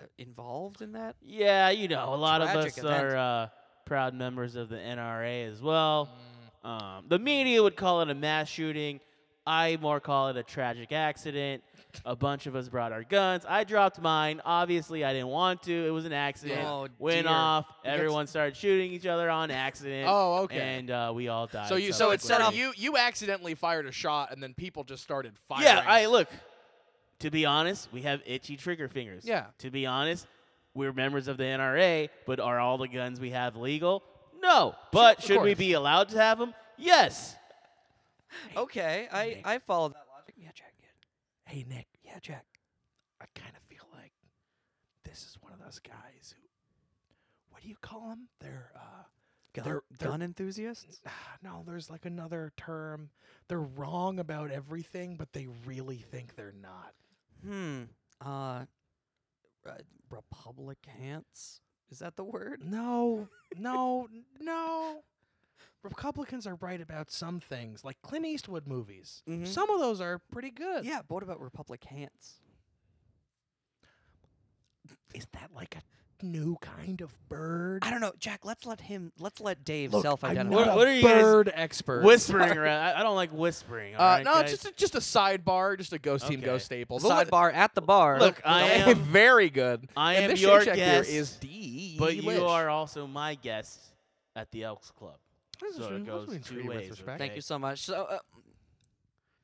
Speaker 2: uh, involved in that.
Speaker 3: Yeah, you know, a lot of
Speaker 2: Tragic
Speaker 3: us
Speaker 2: event.
Speaker 3: are uh, proud members of the NRA as well.
Speaker 2: Mm.
Speaker 3: Um, the media would call it a mass shooting. I more call it a tragic accident. A bunch of us brought our guns. I dropped mine. Obviously, I didn't want to. It was an accident.
Speaker 2: Oh,
Speaker 3: Went
Speaker 2: dear.
Speaker 3: off.
Speaker 2: You got s-
Speaker 3: Everyone started shooting each other on accident.
Speaker 1: Oh, okay.
Speaker 3: And uh, we all died.
Speaker 1: So you so it set
Speaker 2: set
Speaker 3: subsequently.
Speaker 1: up
Speaker 2: off-
Speaker 1: you you accidentally fired a shot and then people just started firing.
Speaker 3: Yeah, I look. To be honest, we have itchy trigger fingers.
Speaker 1: Yeah.
Speaker 3: To be honest, we're members of the NRA, but are all the guns we have legal? No. But
Speaker 1: of
Speaker 3: should we
Speaker 1: course.
Speaker 3: be allowed to have them? Yes.
Speaker 2: Okay, I I follow that logic. Yeah, Jack. Yeah,
Speaker 1: Hey Nick,
Speaker 2: yeah Jack.
Speaker 1: I kind of feel like this is one of those guys who what do you call them? They're uh
Speaker 2: Gun,
Speaker 1: They're- they're-
Speaker 2: gun enthusiasts.
Speaker 1: no, there's like another term. They're wrong about everything, but they really think they're not.
Speaker 2: Hmm. Uh, uh, Republicans. Is that the word?
Speaker 1: No, no, n- no. Republicans are right about some things, like Clint Eastwood movies.
Speaker 2: Mhm.
Speaker 1: Some of those are pretty good.
Speaker 2: Yeah. But what about Republicans?
Speaker 1: Is that like a new kind of bird?
Speaker 2: I don't know, Jack. Let's let him. Let's let Dave
Speaker 1: Look, I'm
Speaker 2: self-identify.
Speaker 1: not
Speaker 3: What-
Speaker 1: a
Speaker 3: what are you guys-
Speaker 1: bird expert.
Speaker 3: Whispering around. I, I don't like whispering.
Speaker 1: Uh,
Speaker 3: all right,
Speaker 1: no,
Speaker 3: guys?
Speaker 1: it's just a, just a sidebar, just a ghost team
Speaker 3: Okay.
Speaker 1: ghost staple. The li-
Speaker 2: Sidebar at the bar.
Speaker 3: Look, I am.
Speaker 1: very good.
Speaker 3: I
Speaker 1: and
Speaker 3: am
Speaker 1: this
Speaker 3: your
Speaker 1: shake shack
Speaker 3: guest,
Speaker 1: Here is D.
Speaker 3: but
Speaker 1: Wish.
Speaker 3: you are also my guest at the Elks Club.
Speaker 1: This is
Speaker 3: so
Speaker 1: really-
Speaker 3: it
Speaker 1: this
Speaker 3: goes
Speaker 1: means
Speaker 3: two
Speaker 1: treat with
Speaker 3: ways,
Speaker 1: respect.
Speaker 2: Thank
Speaker 3: okay?
Speaker 2: you so much. So, uh,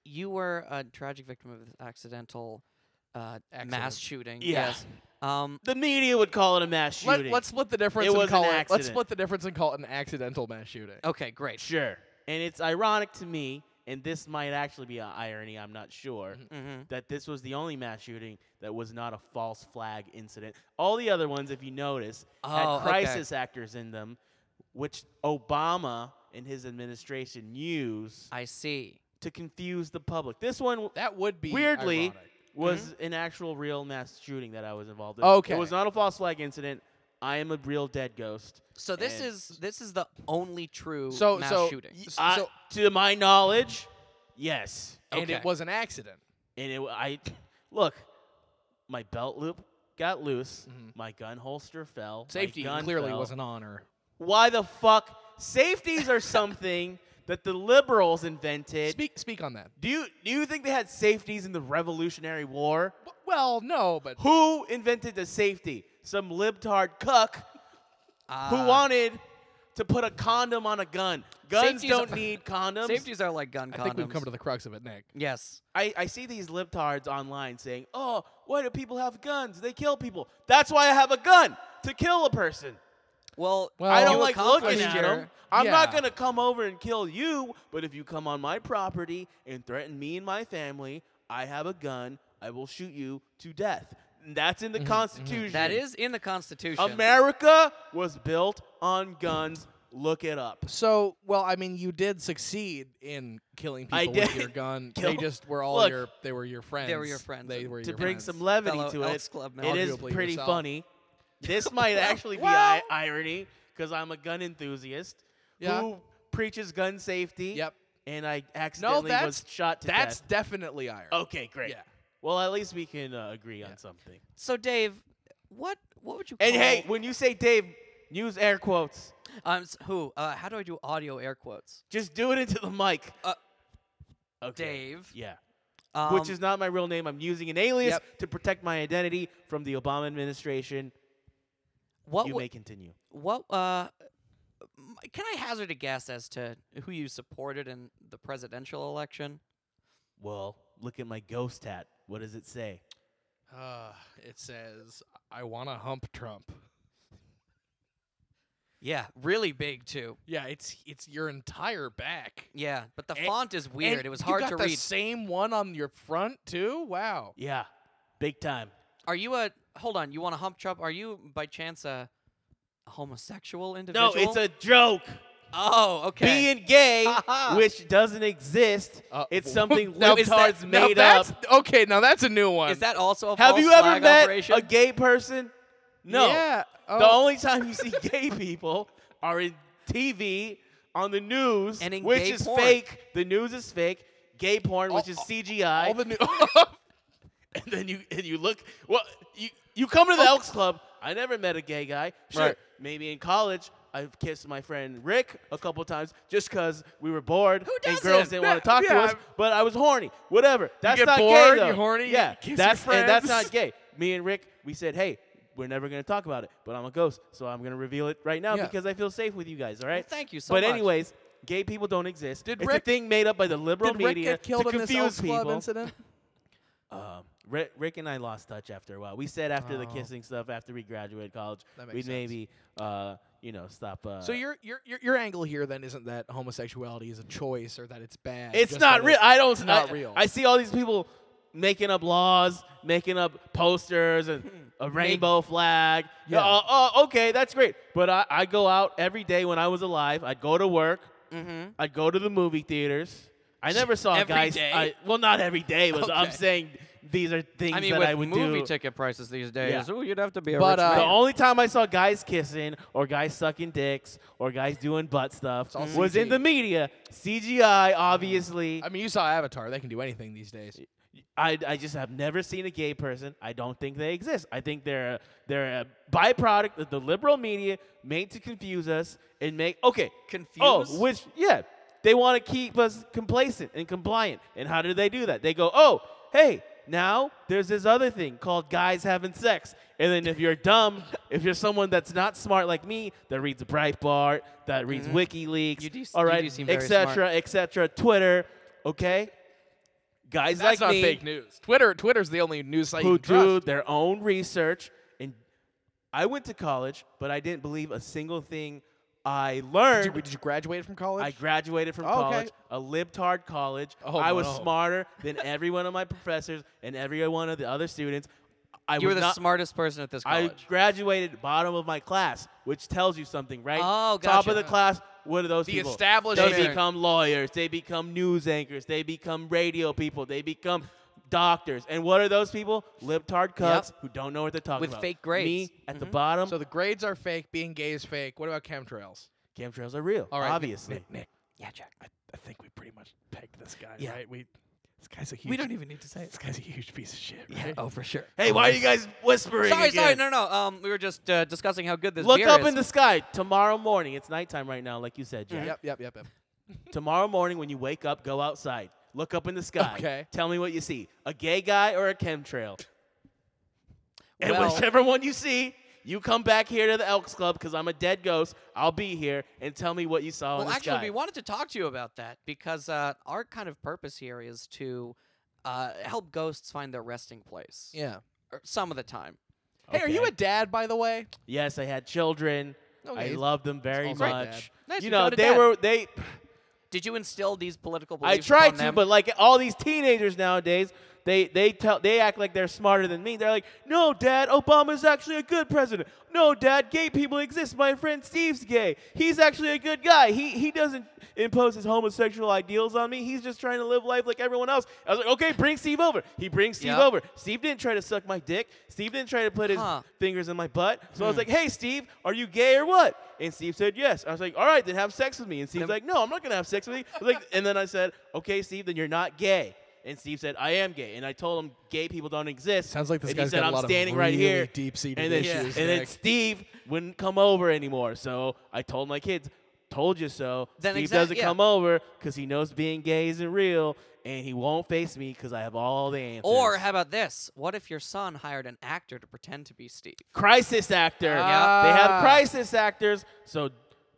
Speaker 2: you were a tragic victim of this accidental uh, mass
Speaker 1: Accident.
Speaker 2: shooting.
Speaker 3: Yeah.
Speaker 2: Yes. Um,
Speaker 3: The media would call it a mass
Speaker 1: Let,
Speaker 3: shooting.
Speaker 1: let's split the difference.
Speaker 3: It
Speaker 1: and
Speaker 3: was an
Speaker 1: call it, Let's
Speaker 3: accident. Oh.
Speaker 1: split the difference and call it an accidental mass shooting.
Speaker 2: okay, great.
Speaker 3: Sure. And it's ironic to me, and this might actually be an irony, I'm not sure,
Speaker 2: Mhm.
Speaker 3: that this was the only mass shooting that was not a false flag incident. All the other ones, if you notice,
Speaker 2: Oh,
Speaker 3: had
Speaker 2: okay.
Speaker 3: crisis actors in them, which Obama and his administration used
Speaker 2: I see.
Speaker 3: to confuse the public. This one,
Speaker 1: That would be
Speaker 3: weirdly,
Speaker 1: ironic.
Speaker 3: was an actual real mass shooting that I was involved in.
Speaker 1: Okay.
Speaker 3: It was not a false flag incident. I am a real dead ghost.
Speaker 2: So this
Speaker 3: And-
Speaker 2: is this is the only true
Speaker 1: So-
Speaker 2: mass
Speaker 1: so
Speaker 2: shooting.
Speaker 1: y-
Speaker 3: I-
Speaker 1: So-
Speaker 3: to my knowledge, yes.
Speaker 1: and
Speaker 2: Okay.
Speaker 1: it was an accident.
Speaker 3: and it, w- I look, my belt loop got loose, my gun holster fell. my
Speaker 1: Mm-hmm. Safety
Speaker 3: gun
Speaker 1: clearly
Speaker 3: fell.
Speaker 1: was an honor.
Speaker 3: Why the fuck? Safeties are something that the liberals invented.
Speaker 1: Speak speak on that.
Speaker 3: do you do you think they had safeties in the Revolutionary War?
Speaker 1: W- Well, no, but
Speaker 3: Who invented the safety? Some libtard cuck who
Speaker 1: Uh,
Speaker 3: wanted to put a condom on a gun. Guns
Speaker 2: Safeties-
Speaker 3: don't need condoms.
Speaker 2: Safeties are like gun condoms.
Speaker 1: I think we've come to the crux of it, Nick.
Speaker 2: yes.
Speaker 3: I, I see these libtards online saying, oh, why do people have guns? They kill people. That's why I have a gun, to kill a person.
Speaker 2: Well,
Speaker 1: Well,
Speaker 3: I
Speaker 2: Oh, you
Speaker 3: don't like looking
Speaker 2: accomplished
Speaker 3: at
Speaker 2: your-
Speaker 3: them. I'm not
Speaker 1: yeah.
Speaker 3: going to come over and kill you, but if you come on my property and threaten me and my family, I have a gun. I will shoot you to death. And That's in the Constitution.
Speaker 2: Mm-hmm, That is in the Constitution.
Speaker 3: America was built on guns. Look it up.
Speaker 1: So, well, I mean, you did succeed in killing people
Speaker 3: I
Speaker 1: with
Speaker 3: did
Speaker 1: your gun.
Speaker 3: kill-
Speaker 1: They just were all
Speaker 3: Look.
Speaker 1: your they were your friends.
Speaker 2: your friends,
Speaker 1: They
Speaker 2: and
Speaker 1: were
Speaker 3: to
Speaker 1: your
Speaker 3: bring
Speaker 1: friends.
Speaker 3: some levity
Speaker 2: Fellow
Speaker 3: to
Speaker 2: Elks
Speaker 3: it.
Speaker 2: Club
Speaker 3: it is
Speaker 1: Arguably
Speaker 3: pretty
Speaker 1: yourself.
Speaker 3: funny. This might actually be I- irony because I'm a gun enthusiast
Speaker 1: Yeah.
Speaker 3: who preaches gun safety.
Speaker 1: Yep.
Speaker 3: And I
Speaker 1: No,
Speaker 3: accidentally
Speaker 1: that's
Speaker 3: was shot to
Speaker 1: That's
Speaker 3: death.
Speaker 1: definitely iron.
Speaker 3: Okay, great.
Speaker 1: Yeah.
Speaker 3: Well, at least we can uh, agree on something.
Speaker 2: So Dave, what what would you?
Speaker 3: And
Speaker 2: call,
Speaker 3: hey, when you say Dave, use air quotes.
Speaker 2: um, s- who? Uh, how do I do audio air quotes?
Speaker 3: Just do it into the mic.
Speaker 2: Uh,
Speaker 3: Okay.
Speaker 2: Dave.
Speaker 3: Yeah.
Speaker 2: Um,
Speaker 3: which is not my real name. I'm using an alias
Speaker 2: Yep.
Speaker 3: to protect my identity from the Obama administration.
Speaker 2: what
Speaker 3: you
Speaker 2: wa-
Speaker 3: may continue.
Speaker 2: what uh m- can I hazard a guess as to who you supported in the presidential election?
Speaker 3: Well, look at my ghost hat. What does it say?
Speaker 1: Uh, it says, I want to hump Trump.
Speaker 2: Yeah, really big too.
Speaker 1: Yeah, it's it's your entire back.
Speaker 2: Yeah, but the
Speaker 1: And-
Speaker 2: font is weird.
Speaker 1: And
Speaker 2: It was
Speaker 1: you
Speaker 2: hard
Speaker 1: got
Speaker 2: to
Speaker 1: the
Speaker 2: read.
Speaker 1: Same one on your front too. Wow.
Speaker 3: Yeah, big time.
Speaker 2: Are you a Hold on, you want to hump Trump? Are you by chance a, a homosexual
Speaker 3: No,
Speaker 2: individual?
Speaker 3: it's a joke.
Speaker 2: Oh, okay.
Speaker 3: Being gay,
Speaker 2: Aha.
Speaker 3: which doesn't exist,
Speaker 1: Uh,
Speaker 3: it's
Speaker 1: wh-
Speaker 3: something
Speaker 1: now
Speaker 2: is
Speaker 3: libtards
Speaker 2: that-
Speaker 1: Now
Speaker 3: made up.
Speaker 1: that's okay. Now that's a new one.
Speaker 2: is that also a
Speaker 3: Have
Speaker 2: false
Speaker 3: you ever
Speaker 2: flag
Speaker 3: met
Speaker 2: operation?
Speaker 3: a gay person? No.
Speaker 1: Yeah.
Speaker 3: The
Speaker 1: Oh.
Speaker 3: only time you see gay people are in TV, on the news,
Speaker 2: And in
Speaker 3: which
Speaker 2: gay
Speaker 3: is
Speaker 2: porn.
Speaker 3: fake. The news is fake. Gay porn, which is CGI.
Speaker 1: all the new.
Speaker 3: and then you and you look. Well, you you come to the
Speaker 1: Oh.
Speaker 3: Elks Club. I never met a gay guy. Sure,
Speaker 1: Right.
Speaker 3: maybe in college. I've kissed my friend Rick a couple times just because we were bored and
Speaker 2: doesn't?
Speaker 3: girls didn't want to talk to
Speaker 1: Yeah.
Speaker 3: us, but I was horny. Whatever. That's
Speaker 1: get
Speaker 3: not
Speaker 1: bored,
Speaker 3: gay. Though.
Speaker 1: you're horny, you
Speaker 3: Yeah.
Speaker 1: kiss your
Speaker 3: that's and that's
Speaker 1: friends.
Speaker 3: not gay. Me and Rick, we said, hey, we're never gonna talk about it, but I'm a ghost, so I'm gonna reveal it right now
Speaker 1: Yeah.
Speaker 3: because I feel safe with you guys. All right.
Speaker 2: thank you so
Speaker 3: But
Speaker 2: much.
Speaker 3: anyways, gay people don't exist.
Speaker 1: Did
Speaker 3: it's
Speaker 1: Rick-
Speaker 3: a thing made up by the liberal
Speaker 1: Did Rick
Speaker 3: media
Speaker 1: get killed
Speaker 3: to
Speaker 1: in this
Speaker 3: confuse
Speaker 1: Elks Club
Speaker 3: people.
Speaker 1: incident?
Speaker 3: Um, Rick, Rick and I lost touch after a while. We said after the kissing stuff, after we graduated college,
Speaker 1: Oh. That makes
Speaker 3: we'd
Speaker 1: sense.
Speaker 3: maybe, uh, you know, stop. Uh,
Speaker 1: So your your your your angle here then isn't that homosexuality is a choice or that it's bad.
Speaker 3: it's
Speaker 1: just
Speaker 3: not
Speaker 1: that
Speaker 3: real. I don't.
Speaker 1: It's not
Speaker 3: I-
Speaker 1: real.
Speaker 3: I see all these people making up laws, making up posters, and a
Speaker 2: Hmm.
Speaker 3: rainbow flag.
Speaker 1: Yeah.
Speaker 3: Uh, uh, okay, that's great. But I, I go out every day when I was alive. I'd go to work.
Speaker 2: Mhm.
Speaker 3: I'd go to the movie theaters. I never saw
Speaker 2: Every
Speaker 3: guys.
Speaker 2: day?
Speaker 3: I, well, not every day, but I'm
Speaker 2: Okay.
Speaker 3: saying these are things
Speaker 2: I mean,
Speaker 3: that
Speaker 2: with
Speaker 3: I would
Speaker 2: movie
Speaker 3: do.
Speaker 2: ticket prices these days,
Speaker 3: Yeah.
Speaker 2: ooh, you'd have to be a
Speaker 1: But,
Speaker 2: rich
Speaker 1: uh,
Speaker 3: The
Speaker 2: man.
Speaker 3: only time I saw guys kissing or guys sucking dicks or guys doing butt stuff
Speaker 1: all
Speaker 3: was
Speaker 1: CG.
Speaker 3: in the media. CGI, obviously.
Speaker 1: I mean, you saw Avatar. They can do anything these days.
Speaker 3: I, I just have never seen a gay person. I don't think they exist. I think they're a, they're a byproduct of the liberal media made to confuse us and make okay
Speaker 2: Confuse?
Speaker 3: Oh, which yeah, they want to keep us complacent and compliant. And how do they do that? They go, oh, hey, now there's this other thing called guys having sex. And then if you're dumb, if you're someone that's not smart like me, that reads Breitbart, that reads WikiLeaks,
Speaker 2: Mm-hmm. You do s-
Speaker 3: all
Speaker 2: you do
Speaker 3: right,
Speaker 2: seem very
Speaker 3: etc., etc., Twitter, okay. Guys
Speaker 1: That's
Speaker 3: like
Speaker 1: not
Speaker 3: me,
Speaker 1: fake news. Twitter Twitter's the only news site
Speaker 3: who
Speaker 1: you can
Speaker 3: do
Speaker 1: trust.
Speaker 3: their own research. And I went to college, but I didn't believe a single thing I learned.
Speaker 1: Did you, did you graduate from college?
Speaker 3: I graduated from
Speaker 1: Oh, Okay.
Speaker 3: college, a libtard college.
Speaker 1: Oh,
Speaker 3: I was
Speaker 1: no.
Speaker 3: smarter than every one of my professors and every one of the other students. I
Speaker 2: you
Speaker 3: was
Speaker 2: were the
Speaker 3: not-
Speaker 2: smartest person at this
Speaker 3: I
Speaker 2: college.
Speaker 3: graduated bottom of my class, which tells you something, right?
Speaker 2: Oh,
Speaker 3: Top
Speaker 2: gotcha.
Speaker 3: of the class. What are those
Speaker 1: The
Speaker 3: people?
Speaker 1: establishment.
Speaker 3: They become lawyers. They become news anchors. They become radio people. They become doctors. And what are those people? Libtard cubs who don't know what they're talking
Speaker 2: With
Speaker 3: about.
Speaker 2: fake grades. Mm-hmm.
Speaker 3: Me at the bottom.
Speaker 1: so the grades are fake. Being gay is fake. What about chemtrails?
Speaker 3: chemtrails are real.
Speaker 1: All right, Nick-
Speaker 3: obviously.
Speaker 1: Nick, Nick,
Speaker 2: yeah, Jack.
Speaker 1: I, I think we pretty much pegged this guy,
Speaker 2: Yeah.
Speaker 1: right? We this guy's a huge.
Speaker 2: We don't even need to say it.
Speaker 1: This guy's a huge piece of shit, right?
Speaker 2: Yeah, oh, for sure.
Speaker 3: Hey, why are you guys whispering?
Speaker 2: Sorry, sorry,
Speaker 3: again?
Speaker 2: no, no, no. Um, we were just uh, discussing how good this
Speaker 3: Look
Speaker 2: beer
Speaker 3: up
Speaker 2: is.
Speaker 3: in the sky tomorrow morning. It's nighttime right now, like you said, Jack.
Speaker 2: Mm-hmm.
Speaker 1: Yep, yep, yep, yep.
Speaker 3: Tomorrow morning when you wake up, go outside. Look up in the sky.
Speaker 1: Okay.
Speaker 3: Tell me what you see. A gay guy or a chemtrail? And
Speaker 2: Well-
Speaker 3: whichever one you see, you come back here to the Elks Club because I'm a dead ghost. I'll be here and tell me what you saw in
Speaker 2: well,
Speaker 3: the
Speaker 2: actually,
Speaker 3: sky.
Speaker 2: we wanted to talk to you about that because uh, our kind of purpose here is to uh, help ghosts find their resting place.
Speaker 1: Yeah.
Speaker 2: Or some of the time.
Speaker 1: Hey, are you
Speaker 3: Okay.
Speaker 1: a dad, by the way?
Speaker 3: Yes, I had children.
Speaker 2: Oh,
Speaker 1: Okay.
Speaker 3: I loved them very
Speaker 1: also a
Speaker 3: much.
Speaker 2: dad. Nice,
Speaker 3: you
Speaker 2: you
Speaker 3: know,
Speaker 2: found a
Speaker 3: they
Speaker 2: dad.
Speaker 3: were they.
Speaker 2: Did you instill these political
Speaker 3: I
Speaker 2: beliefs?
Speaker 3: tried
Speaker 2: upon
Speaker 3: to,
Speaker 2: them?
Speaker 3: but like all these teenagers nowadays, they they tell they act like they're smarter than me. They're like, "No, Dad, Obama's actually a good president. No, Dad, gay people exist. My friend Steve's gay. He's actually a good guy. He he doesn't impose his homosexual ideals on me. He's just trying to live life like everyone else." I was like, "Okay, bring Steve over." He brings Steve
Speaker 2: Yep.
Speaker 3: over. Steve didn't try to suck my dick. Steve didn't try to put his
Speaker 2: Huh. Hmm.
Speaker 3: fingers in my butt. So I was like, "Hey, Steve, are you gay or what?" And Steve said, "Yes." I was like, "All right, then have sex with me." And Steve's like, "No, I'm not gonna have sex with you." I was like, and then I said, "Okay, Steve, then you're not gay." And Steve said, "I am gay." And I told him, "Gay people don't exist."
Speaker 1: Sounds like this
Speaker 3: and
Speaker 1: guy's
Speaker 3: he said,
Speaker 1: got a
Speaker 3: "I'm
Speaker 1: lot of
Speaker 3: standing right
Speaker 1: really
Speaker 3: here."
Speaker 1: deep-seated
Speaker 3: and then,
Speaker 1: issues,
Speaker 3: and then
Speaker 1: Nick.
Speaker 3: Steve wouldn't come over anymore. So I told my kids, told you so.
Speaker 2: Then
Speaker 3: Steve
Speaker 2: exact-
Speaker 3: doesn't
Speaker 2: yeah.
Speaker 3: come over because he knows being gay isn't real, and he won't face me because I have all the answers.
Speaker 2: Or how about this? What if your son hired an actor to pretend to be Steve?
Speaker 3: crisis actor.
Speaker 4: Yeah.
Speaker 3: They
Speaker 4: Ah.
Speaker 3: have crisis actors. So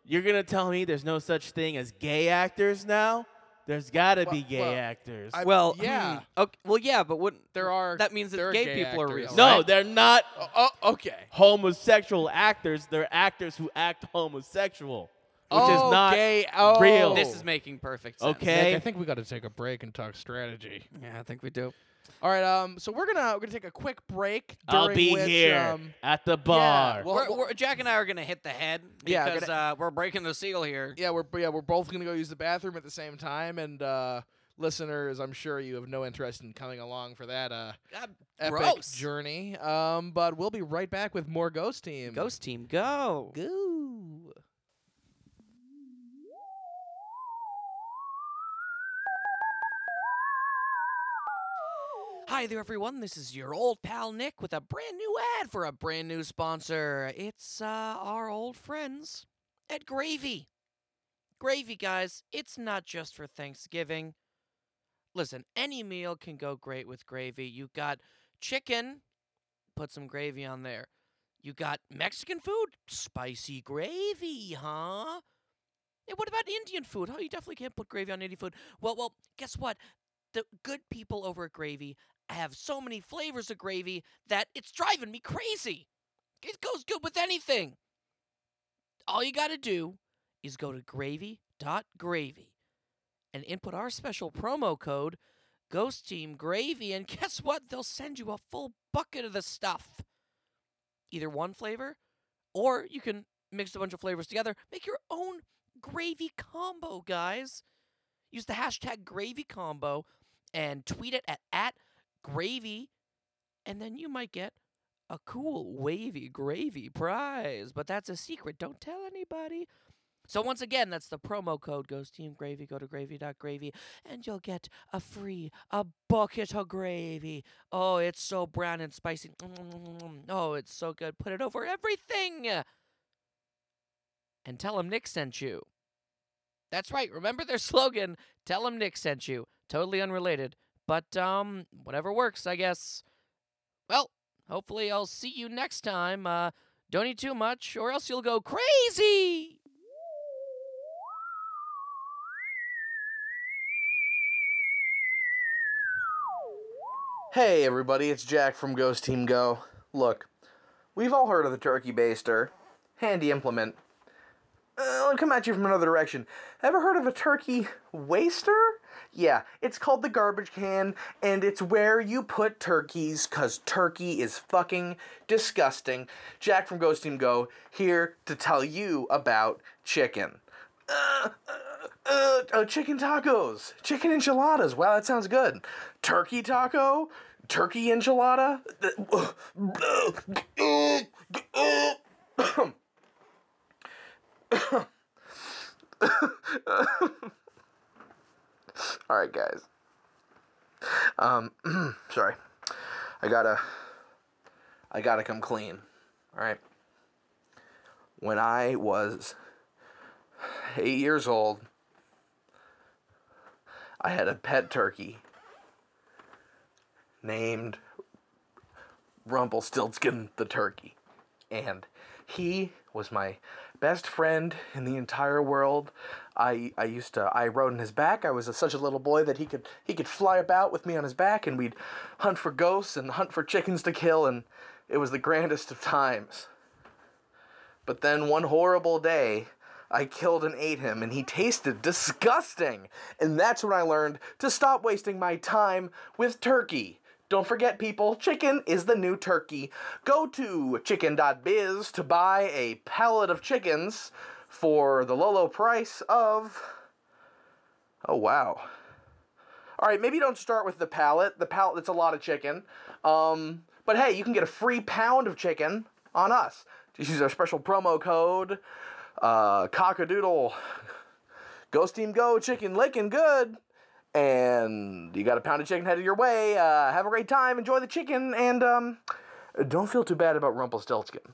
Speaker 3: you're gonna tell me there's no such thing as gay actors now? There's gotta be
Speaker 4: Well-
Speaker 3: gay
Speaker 4: well,
Speaker 3: actors.
Speaker 4: I-
Speaker 2: Well,
Speaker 4: yeah.
Speaker 2: hmm, okay, well, yeah, but wouldn't
Speaker 4: There are-
Speaker 2: that means that
Speaker 4: there are
Speaker 2: gay,
Speaker 4: gay
Speaker 2: people are
Speaker 4: actors,
Speaker 2: real?
Speaker 3: no,
Speaker 2: right?
Speaker 3: they're not
Speaker 4: Oh, oh, okay.
Speaker 3: homosexual actors. They're actors who act homosexual, which is not
Speaker 4: Okay, oh.
Speaker 3: real.
Speaker 2: this is making perfect sense.
Speaker 3: Okay.
Speaker 4: I think we got to take a break and talk strategy.
Speaker 2: Yeah, I think we do.
Speaker 4: All right, um, so we're gonna we're gonna take a quick break.
Speaker 3: I'll
Speaker 4: during
Speaker 3: be
Speaker 4: which,
Speaker 3: here
Speaker 4: Um,
Speaker 3: at the bar.
Speaker 4: well-
Speaker 2: we're, we're, Jack and I are gonna hit the head
Speaker 4: Yeah,
Speaker 2: because
Speaker 4: gonna-
Speaker 2: uh, we're breaking the seal here.
Speaker 4: yeah, we're yeah we're both gonna go use the bathroom at the same time, and uh, listeners, I'm sure you have no interest in coming along for that uh
Speaker 2: God,
Speaker 4: epic
Speaker 2: gross.
Speaker 4: journey. Um, but we'll be right back with more Ghost Team.
Speaker 2: Ghost team, go.
Speaker 4: Goo.
Speaker 2: Hi there, everyone. This is your old pal Nick with a brand new ad for a brand new sponsor. It's uh, our old friends at Gravy. Gravy, guys, it's not just for Thanksgiving. Listen, any meal can go great with gravy. You got chicken, put some gravy on there. You got Mexican food, spicy gravy, huh? And what about Indian food? Oh, you definitely can't put gravy on Indian food. Well, well, guess what? The good people over at Gravy have so many flavors of gravy that it's driving me crazy. It goes good with anything. All you got to do is go to gravy.gravy and input our special promo code Ghost Team Gravy and guess what? They'll send you a full bucket of the stuff. Either one flavor or you can mix a bunch of flavors together, make your own gravy combo, guys. Use the hashtag gravy combo and tweet it at, at gravy, and then you might get a cool wavy gravy prize. But that's a secret. Don't tell anybody. So once again, that's the promo code Ghost Team Gravy. Go to gravy.gravy, and you'll get a free a bucket of gravy. Oh, it's so brown and spicy. Oh, it's so good. Put it over everything, and tell them Nick sent you. That's right. Remember their slogan. Tell them Nick sent you. Totally unrelated. But um, whatever works, I guess. Well, hopefully I'll see you next time. Uh, don't eat too much, or else you'll go crazy.
Speaker 1: Hey, everybody, it's Jack from Ghost Team Go. Look, we've all heard of the turkey baster. Handy implement. Uh, I'll come at you from another direction. Ever heard of a turkey waster? Yeah, it's called the garbage can, and it's where you put turkeys, because turkey is fucking disgusting. Jack from Ghost Team Go here to tell you about chicken. Uh, uh, uh, oh, chicken tacos, chicken enchiladas. Wow, that sounds good. Turkey taco, turkey enchilada. All right, guys. Um, sorry, I gotta, I gotta come clean. All right. When I was eight years old, I had a pet turkey named Rumpelstiltskin the turkey. And he was my best friend in the entire world. I, I used to I rode on his back. I was such a little boy that he could he could fly about with me on his back and we'd hunt for ghosts and hunt for chickens to kill and it was the grandest of times. But then one horrible day, I killed and ate him, and he tasted disgusting. And that's when I learned to stop wasting my time with turkey. Don't forget, people, chicken is the new turkey. Go to chicken.biz to buy a pallet of chickens for the low, low price of. Oh, wow. All right, maybe don't start with the pallet. The pallet, that's a lot of chicken. Um, but hey, you can get a free pound of chicken on us. Just use our special promo code, uh, cockadoodle. Ghost Team Go, chicken licking good. And you got a pound of chicken headed your way. Uh, have a great time. Enjoy the chicken. And um, don't feel too bad about Rumpelstiltskin.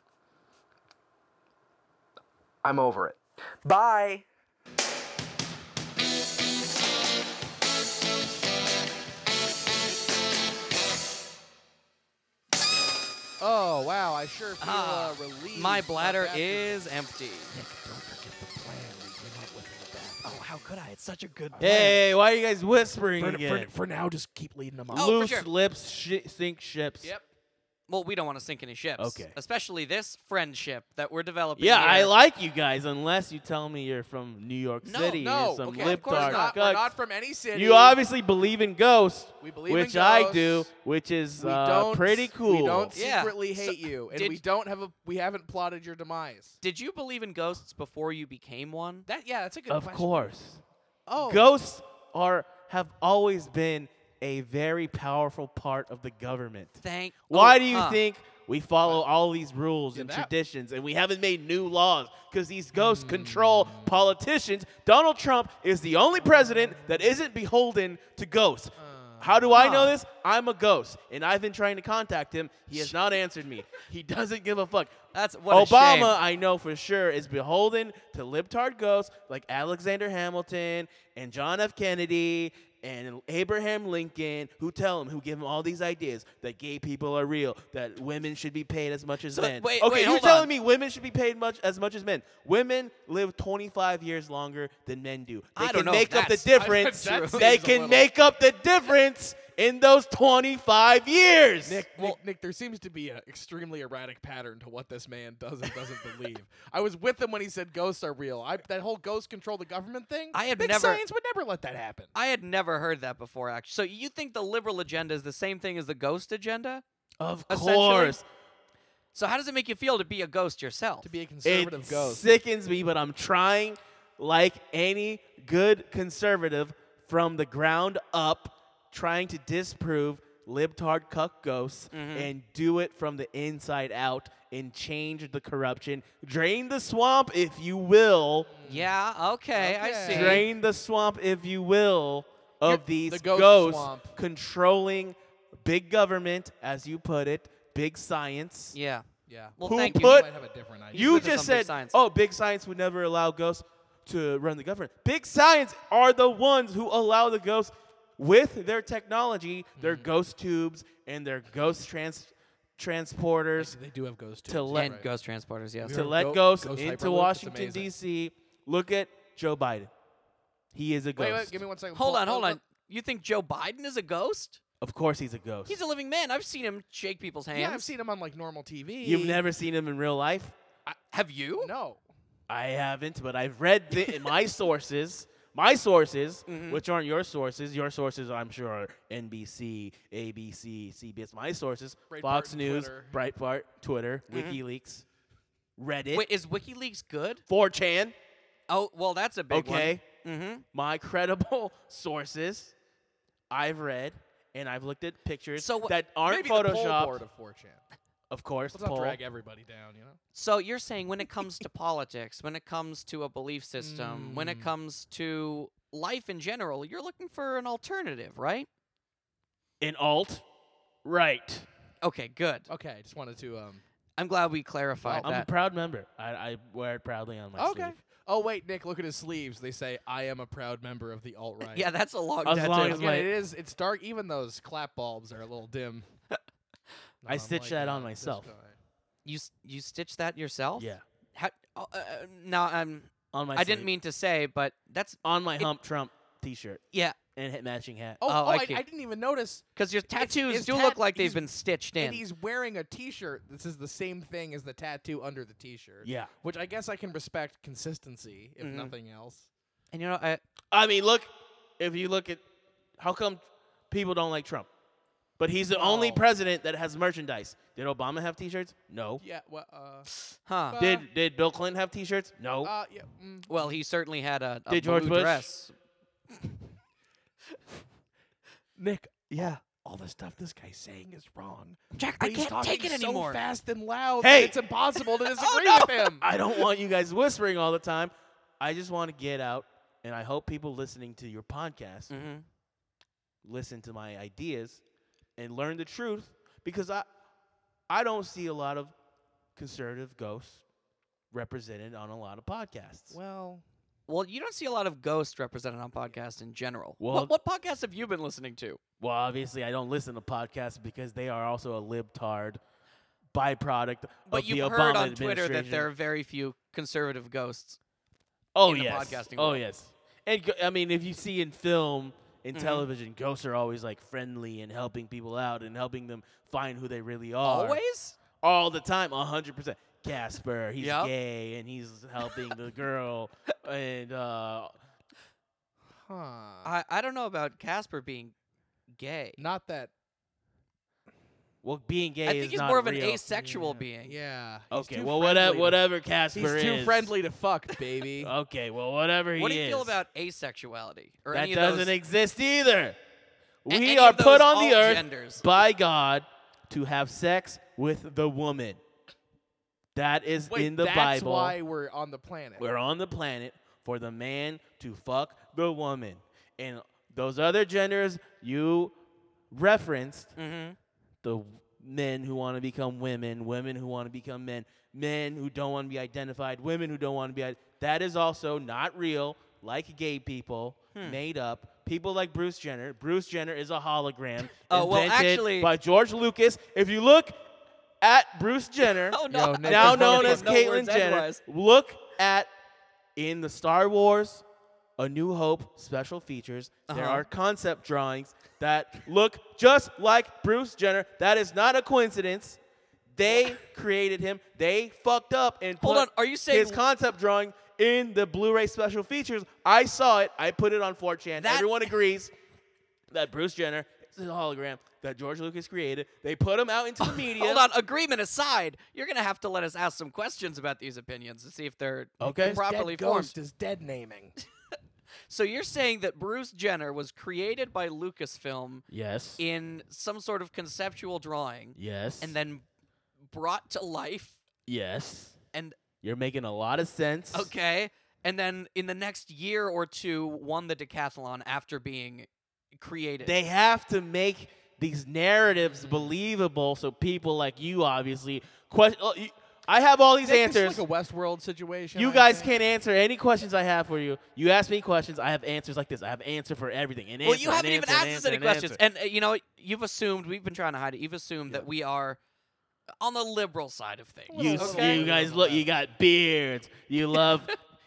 Speaker 1: I'm over it.
Speaker 5: Bye.
Speaker 1: Oh wow, I sure feel
Speaker 2: Ah,
Speaker 1: uh, relieved.
Speaker 2: My
Speaker 1: about
Speaker 2: bladder
Speaker 1: that.
Speaker 2: is empty. Oh, how could I? It's such a good plan.
Speaker 3: Hey, why are you guys whispering
Speaker 1: For,
Speaker 3: again?
Speaker 1: for, for now, just keep leading them on.
Speaker 2: Oh, for
Speaker 3: Loose
Speaker 2: sure.
Speaker 3: lips shi sink ships.
Speaker 1: Yep.
Speaker 2: Well, we don't want to sink any ships.
Speaker 3: Okay.
Speaker 2: Especially this friendship that we're developing.
Speaker 3: Yeah, I
Speaker 2: here.
Speaker 3: like you guys unless you tell me you're from New York
Speaker 2: No,
Speaker 3: City
Speaker 1: No,
Speaker 3: or some
Speaker 1: okay, of
Speaker 3: lip
Speaker 1: course
Speaker 3: dark
Speaker 1: not. We're
Speaker 3: cucks.
Speaker 1: not from any city.
Speaker 3: You obviously believe in ghosts,
Speaker 1: We believe in
Speaker 3: which I do,
Speaker 1: ghosts.
Speaker 3: which is
Speaker 1: We
Speaker 3: uh,
Speaker 1: don't.
Speaker 3: pretty cool.
Speaker 1: We don't
Speaker 2: Yeah.
Speaker 1: secretly
Speaker 2: So-
Speaker 1: hate you, and
Speaker 2: did-
Speaker 1: we don't have a. We haven't plotted your demise.
Speaker 2: Did you believe in ghosts before you became one?
Speaker 1: That yeah, that's a good
Speaker 3: of
Speaker 1: question.
Speaker 3: course.
Speaker 1: Oh,
Speaker 3: Ghosts are have always been a very powerful part of the government.
Speaker 2: Thank.
Speaker 3: Why
Speaker 2: oh,
Speaker 3: do you
Speaker 2: huh.
Speaker 3: think we follow all these rules
Speaker 1: Yeah,
Speaker 3: and
Speaker 1: that-
Speaker 3: traditions and we haven't made new laws because these ghosts control politicians? Donald Trump is the only president that isn't beholden to ghosts. How do I know
Speaker 2: Uh, Huh.
Speaker 3: this? I'm a ghost, and I've been trying to contact him. He has not answered me. He doesn't give a fuck.
Speaker 2: That's what
Speaker 3: Obama,
Speaker 2: A shame.
Speaker 3: I know for sure, is beholden to libtard ghosts like Alexander Hamilton and John F. Kennedy and Abraham Lincoln, who tell him, who give him all these ideas that gay people are real, that women should be paid as much as
Speaker 2: So,
Speaker 3: men.
Speaker 2: wait,
Speaker 3: okay,
Speaker 2: wait,
Speaker 3: you're
Speaker 2: hold
Speaker 3: telling
Speaker 2: on.
Speaker 3: me women should be paid much as much as men. Women live 25 years longer than men do. They
Speaker 2: I
Speaker 3: can
Speaker 2: don't know if
Speaker 3: make up the
Speaker 2: that's- I-
Speaker 3: difference.
Speaker 1: that seems
Speaker 3: they
Speaker 1: a
Speaker 3: can
Speaker 1: little-
Speaker 3: make up the difference in those 25 years.
Speaker 1: Nick, Nick, Nick, there seems to be an extremely erratic pattern to what this man does and doesn't believe. I was with him when he said ghosts are real. I, that whole ghost control the government thing.
Speaker 2: I had
Speaker 1: big
Speaker 2: never-
Speaker 1: science would never let that happen.
Speaker 2: I had never heard that before, actually. So you think the liberal agenda is the same thing as the ghost agenda?
Speaker 3: of
Speaker 2: Essentially,
Speaker 3: course.
Speaker 2: So how does it make you feel to be a ghost yourself?
Speaker 1: to be a
Speaker 3: It
Speaker 1: conservative ghost.
Speaker 3: sickens me, but I'm trying, like any good conservative, from the ground up, trying to disprove libtard cuck ghosts
Speaker 1: Mm-hmm.
Speaker 3: and do it from the inside out and change the corruption. Drain the swamp, if you will.
Speaker 2: yeah. Okay, I
Speaker 1: Okay.
Speaker 2: see.
Speaker 3: Drain the swamp, if you will,
Speaker 1: You're-
Speaker 3: of
Speaker 1: the
Speaker 3: these
Speaker 1: ghost
Speaker 3: ghosts
Speaker 1: swamp.
Speaker 3: controlling big government, as you put it, big science.
Speaker 2: Yeah.
Speaker 1: yeah.
Speaker 2: Well,
Speaker 3: Who
Speaker 2: thank you.
Speaker 3: put
Speaker 1: might have a different idea.
Speaker 3: You
Speaker 2: Because of
Speaker 3: just
Speaker 2: some big
Speaker 3: said,
Speaker 2: science.
Speaker 3: oh, big science would never allow ghosts to run the government. Big science are the ones who allow the ghosts with their technology, their
Speaker 1: Mm-hmm.
Speaker 3: ghost tubes, and their ghost trans- transporters
Speaker 1: they do have ghosts too.
Speaker 3: to let,
Speaker 2: and ghost transporters. Yes.
Speaker 3: to
Speaker 1: Go-
Speaker 3: let
Speaker 1: go-
Speaker 3: ghosts
Speaker 1: ghost
Speaker 3: into
Speaker 1: hyperloop, it's
Speaker 3: Washington,
Speaker 1: amazing.
Speaker 3: D.C. Look at Joe Biden. He is a ghost.
Speaker 1: Wait, wait, give me one second.
Speaker 2: Hold
Speaker 1: Pull-
Speaker 2: on, hold
Speaker 1: oh,
Speaker 2: on. You think Joe Biden is a ghost?
Speaker 3: Of course, he's a ghost.
Speaker 2: He's a living man. I've seen him shake people's hands.
Speaker 1: Yeah, I've seen him on like normal TV.
Speaker 3: You've never seen him in real life?
Speaker 2: Have you?
Speaker 1: No.
Speaker 3: I haven't, but I've read the, in my sources, my sources,
Speaker 1: Mm-hmm.
Speaker 3: which aren't your sources. Your sources, I'm sure, are NBC, ABC, CBS. My sources:
Speaker 1: Breitbart
Speaker 3: Fox
Speaker 1: and
Speaker 3: News,
Speaker 1: Twitter. Mm-hmm.
Speaker 3: Breitbart, Twitter, WikiLeaks, Reddit,
Speaker 2: Wait, is WikiLeaks good?
Speaker 3: 4chan.
Speaker 2: Oh, well, that's a big one.
Speaker 3: Okay,
Speaker 2: Mm-hmm.
Speaker 3: my credible sources, I've read, and I've looked at pictures
Speaker 2: So wh-
Speaker 3: that aren't
Speaker 1: uh, Maybe the poll board
Speaker 3: photoshopped.
Speaker 1: of 4chan.
Speaker 3: Of course,
Speaker 1: Let's not
Speaker 3: poll.
Speaker 1: drag everybody down, you know.
Speaker 2: So you're saying when it comes to politics, when it comes to a belief system, when
Speaker 3: Mm.
Speaker 2: it comes to life in general, you're looking for an alternative, right?
Speaker 3: an alt, right.
Speaker 2: Okay, good.
Speaker 1: Okay, I just wanted to. um
Speaker 2: I'm glad we clarified
Speaker 3: I'm a
Speaker 2: that.
Speaker 3: proud member. I, I wear it proudly on my
Speaker 1: Okay.
Speaker 3: sleeve.
Speaker 1: Oh wait, Nick, look at his sleeves. They say, "I am a proud member of the alt right."
Speaker 2: yeah, that's a long
Speaker 3: As
Speaker 2: tattoo.
Speaker 3: long as
Speaker 1: Again,
Speaker 3: my-
Speaker 1: it is. It's dark. Even those clap bulbs are a little dim. Not
Speaker 3: I
Speaker 1: unlike,
Speaker 3: stitched that
Speaker 1: uh,
Speaker 3: on
Speaker 1: this
Speaker 3: myself.
Speaker 1: guy.
Speaker 2: you s- you stitched that yourself?
Speaker 3: Yeah,
Speaker 2: How, oh, uh, uh, no, I'm.
Speaker 3: on my.
Speaker 2: I didn't
Speaker 3: sleeve.
Speaker 2: mean to say, but that's
Speaker 3: on my
Speaker 2: It-
Speaker 3: hump Trump T-shirt
Speaker 2: yeah,
Speaker 3: and hit matching hat.
Speaker 1: Oh, oh,
Speaker 2: Oh, I
Speaker 1: I,
Speaker 2: keep-
Speaker 1: I didn't even notice.
Speaker 2: because your tattoos
Speaker 1: his
Speaker 2: do
Speaker 1: tat-
Speaker 2: look like they've
Speaker 1: he's-
Speaker 2: been stitched in.
Speaker 1: And he's wearing a T-shirt. This is the same thing as the tattoo under the T-shirt.
Speaker 3: Yeah,
Speaker 1: Which I guess I can respect consistency, if
Speaker 2: Mhm.
Speaker 1: nothing else.
Speaker 2: and you know, uh, I,
Speaker 3: I mean, look, if you look at how come people don't like Trump, but he's the only
Speaker 1: Wow.
Speaker 3: president that has merchandise. Did Obama have T-shirts? No.
Speaker 1: Yeah. Well. Uh,
Speaker 2: huh?
Speaker 1: But-
Speaker 3: Did Did Bill Clinton have T-shirts? No.
Speaker 1: uh, yeah. Mm.
Speaker 2: Well, he certainly had a, a
Speaker 3: Did George
Speaker 2: blue
Speaker 3: Bush?
Speaker 2: dress.
Speaker 1: Nick. Yeah. All the stuff this guy's saying is wrong.
Speaker 2: Jack,
Speaker 1: But
Speaker 2: I
Speaker 1: he's
Speaker 2: can't take
Speaker 1: talking
Speaker 2: it anymore.
Speaker 1: So fast and loud.
Speaker 3: Hey!
Speaker 1: that it's impossible to disagree with him.
Speaker 3: I don't want you guys whispering all the time. I just want to get out, and I hope people listening to your podcast
Speaker 2: Mhm.
Speaker 3: listen to my ideas and learn the truth because I I don't see a lot of conservative ghosts represented on a lot of podcasts.
Speaker 1: Well,
Speaker 2: Well, you don't see a lot of ghosts represented on podcasts in general.
Speaker 3: Well-
Speaker 2: what, what podcasts have you been listening to?
Speaker 3: Well, obviously, I don't listen to podcasts because they are also a libtard byproduct
Speaker 2: But
Speaker 3: of the
Speaker 2: you've
Speaker 3: Obama
Speaker 2: heard on Twitter that
Speaker 3: administration.
Speaker 2: there are very few conservative ghosts.
Speaker 3: oh
Speaker 2: in the
Speaker 3: yes,
Speaker 2: podcasting
Speaker 3: oh
Speaker 2: world.
Speaker 3: yes. And go- I mean, if you see in film and
Speaker 2: Mm-hmm.
Speaker 3: television, ghosts are always like friendly and helping people out and helping them find who they really are.
Speaker 2: Always?
Speaker 3: all the time, hundred percent. Casper, he's
Speaker 2: Yep.
Speaker 3: gay and he's helping the girl, and uh,
Speaker 1: huh.
Speaker 2: I, I don't know about Casper being gay.
Speaker 1: Not that.
Speaker 3: well, being gay.
Speaker 2: I
Speaker 3: is
Speaker 2: think he's
Speaker 3: not
Speaker 2: more of an
Speaker 3: real.
Speaker 2: asexual being.
Speaker 1: Yeah. he's
Speaker 3: Okay,
Speaker 1: too
Speaker 3: well, e-, whatever,
Speaker 1: friendly to-
Speaker 3: whatever Casper
Speaker 1: He's
Speaker 3: is. Uh,
Speaker 1: too friendly to fuck, baby.
Speaker 3: Okay, well, whatever he
Speaker 2: What do you
Speaker 3: is.
Speaker 2: feel about asexuality? Or
Speaker 3: that
Speaker 2: any of
Speaker 3: doesn't
Speaker 2: those,
Speaker 3: exist either.
Speaker 2: a- any
Speaker 3: We
Speaker 2: of
Speaker 3: are put
Speaker 2: those
Speaker 3: on the
Speaker 2: alt
Speaker 3: earth
Speaker 2: genders?
Speaker 3: by God to have sex with the woman. That is
Speaker 1: Wait,
Speaker 3: in the
Speaker 1: that's
Speaker 3: Bible.
Speaker 1: why we're on the planet.
Speaker 3: We're on the planet for the man to fuck the woman. And those other genders you referenced
Speaker 2: Mm-hmm.
Speaker 3: the w- men who want to become women, women who want to become men, men who don't want to be identified, women who don't want to be. i- That is also not real, like gay people,
Speaker 2: Hmm.
Speaker 3: made up. People like Bruce Jenner. Bruce Jenner is a hologram
Speaker 2: Oh, well,
Speaker 3: invented
Speaker 2: actually-
Speaker 3: by George Lucas. If you look at Bruce Jenner,
Speaker 2: Oh, no.
Speaker 1: Yo, Nick,
Speaker 3: now
Speaker 1: there's no
Speaker 3: known as
Speaker 1: difference.
Speaker 3: Caitlyn Jenner, look at in the Star Wars A New Hope special features. There
Speaker 2: Uh-huh.
Speaker 3: are concept drawings that look just like Bruce Jenner. That is not a coincidence. They created him. They fucked up and
Speaker 2: Hold
Speaker 3: put
Speaker 2: on, are you saying-
Speaker 3: his concept drawing in the Blu-ray special features? I saw it. I put it on 4chan.
Speaker 2: That-
Speaker 3: Everyone agrees that Bruce Jenner is a hologram that George Lucas created. They put him out into the media.
Speaker 2: Hold on, agreement aside, you're going to have to let us ask some questions about these opinions to see if they're
Speaker 3: Okay.
Speaker 1: Dead
Speaker 2: properly formed.
Speaker 1: ghost is dead naming.
Speaker 2: So you're saying that Bruce Jenner was created by Lucasfilm
Speaker 3: Yes.
Speaker 2: in some sort of conceptual drawing
Speaker 3: Yes.
Speaker 2: and then brought to life
Speaker 3: Yes.
Speaker 2: and
Speaker 3: You're making a lot of sense.
Speaker 2: okay and then in the next year or two won the decathlon after being created.
Speaker 3: They have to make these narratives believable so people like you obviously question I have all these
Speaker 1: Nick, this is
Speaker 3: answers.
Speaker 1: like a Westworld situation.
Speaker 3: you
Speaker 1: I
Speaker 3: guys
Speaker 1: think.
Speaker 3: can't answer any questions I have for you. You ask me questions, I have answers like this. I have answer for everything. An
Speaker 2: well,
Speaker 3: answer,
Speaker 2: you
Speaker 3: an
Speaker 2: haven't even
Speaker 3: answer,
Speaker 2: asked
Speaker 3: an
Speaker 2: us
Speaker 3: answer,
Speaker 2: any
Speaker 3: an
Speaker 2: questions. And
Speaker 3: answer.
Speaker 2: uh, you know, what? you've assumed we've been trying to hide it. You've assumed that we are on the liberal side of things.
Speaker 3: you,
Speaker 1: little
Speaker 2: okay?
Speaker 3: you guys look. You got beards. You love.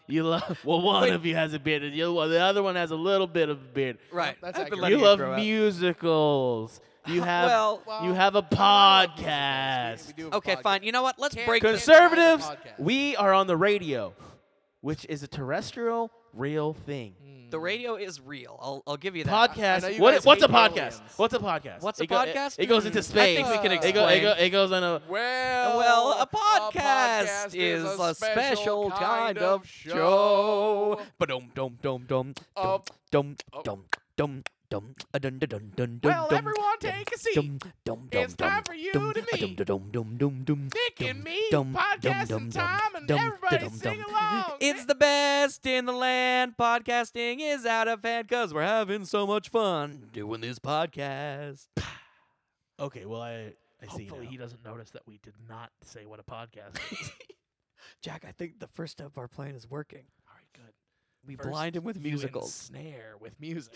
Speaker 3: you love. Well, one
Speaker 2: Wait.
Speaker 3: of you has a beard, and the other one- the other one has a little bit of a beard.
Speaker 2: right.
Speaker 1: That's
Speaker 2: I've been
Speaker 1: accurate.
Speaker 2: letting
Speaker 3: you love
Speaker 2: grow up.
Speaker 3: musicals. You have
Speaker 2: well,
Speaker 3: you have a
Speaker 1: I love musicals. We-
Speaker 3: podcast.
Speaker 1: we do have
Speaker 2: Okay,
Speaker 1: podcasts.
Speaker 2: fine. You know what? Let's
Speaker 1: Can't-
Speaker 2: break
Speaker 1: can't-
Speaker 2: this.
Speaker 3: Conservatives,
Speaker 1: podcast.
Speaker 3: we are on the radio, which is a terrestrial real thing.
Speaker 2: The radio is real. I'll, I'll give you Hmm, that.
Speaker 1: I know
Speaker 3: Podcast.
Speaker 1: you
Speaker 3: What,
Speaker 1: guys
Speaker 3: what's a
Speaker 1: hate
Speaker 3: podcast?
Speaker 1: aliens.
Speaker 3: What's a podcast?
Speaker 2: What's a
Speaker 3: It go- it-
Speaker 2: podcast?
Speaker 3: It, goes
Speaker 2: Hmm,
Speaker 3: into
Speaker 2: I
Speaker 3: space.
Speaker 2: think we
Speaker 1: can
Speaker 3: It, go- it go-
Speaker 2: explain.
Speaker 3: it goes on a.
Speaker 1: Well,
Speaker 2: Well, a podcast is a special kind of show. But dum dum dum dum
Speaker 1: Oh.
Speaker 2: dum
Speaker 1: Oh.
Speaker 2: dum dum dum a dun dun dun dun dun.
Speaker 1: Well,
Speaker 2: dum,
Speaker 1: everyone
Speaker 2: dum,
Speaker 1: take a seat.
Speaker 2: Dum dum dum.
Speaker 1: It's time
Speaker 2: dum,
Speaker 1: for you
Speaker 2: dum,
Speaker 1: to
Speaker 2: a
Speaker 1: meet.
Speaker 2: Dum dum dum dum dum.
Speaker 1: Nick and
Speaker 2: dum,
Speaker 1: me,
Speaker 2: dum, dum,
Speaker 1: podcasting
Speaker 2: dum, dum,
Speaker 1: time, and
Speaker 2: dum,
Speaker 1: everybody
Speaker 2: dum,
Speaker 1: sing
Speaker 2: dum.
Speaker 1: along.
Speaker 2: It's the best in the land. Podcasting is out of hand because we're having so much fun doing this podcast.
Speaker 3: Okay, well I I see.
Speaker 6: Hopefully,
Speaker 3: now.
Speaker 6: he doesn't notice that we did not say what a podcast is.
Speaker 2: Jack, I think the first step of our plan is working.
Speaker 6: All right, good.
Speaker 2: We
Speaker 6: First,
Speaker 2: blind him with
Speaker 6: you
Speaker 2: musicals.
Speaker 6: Snare with music.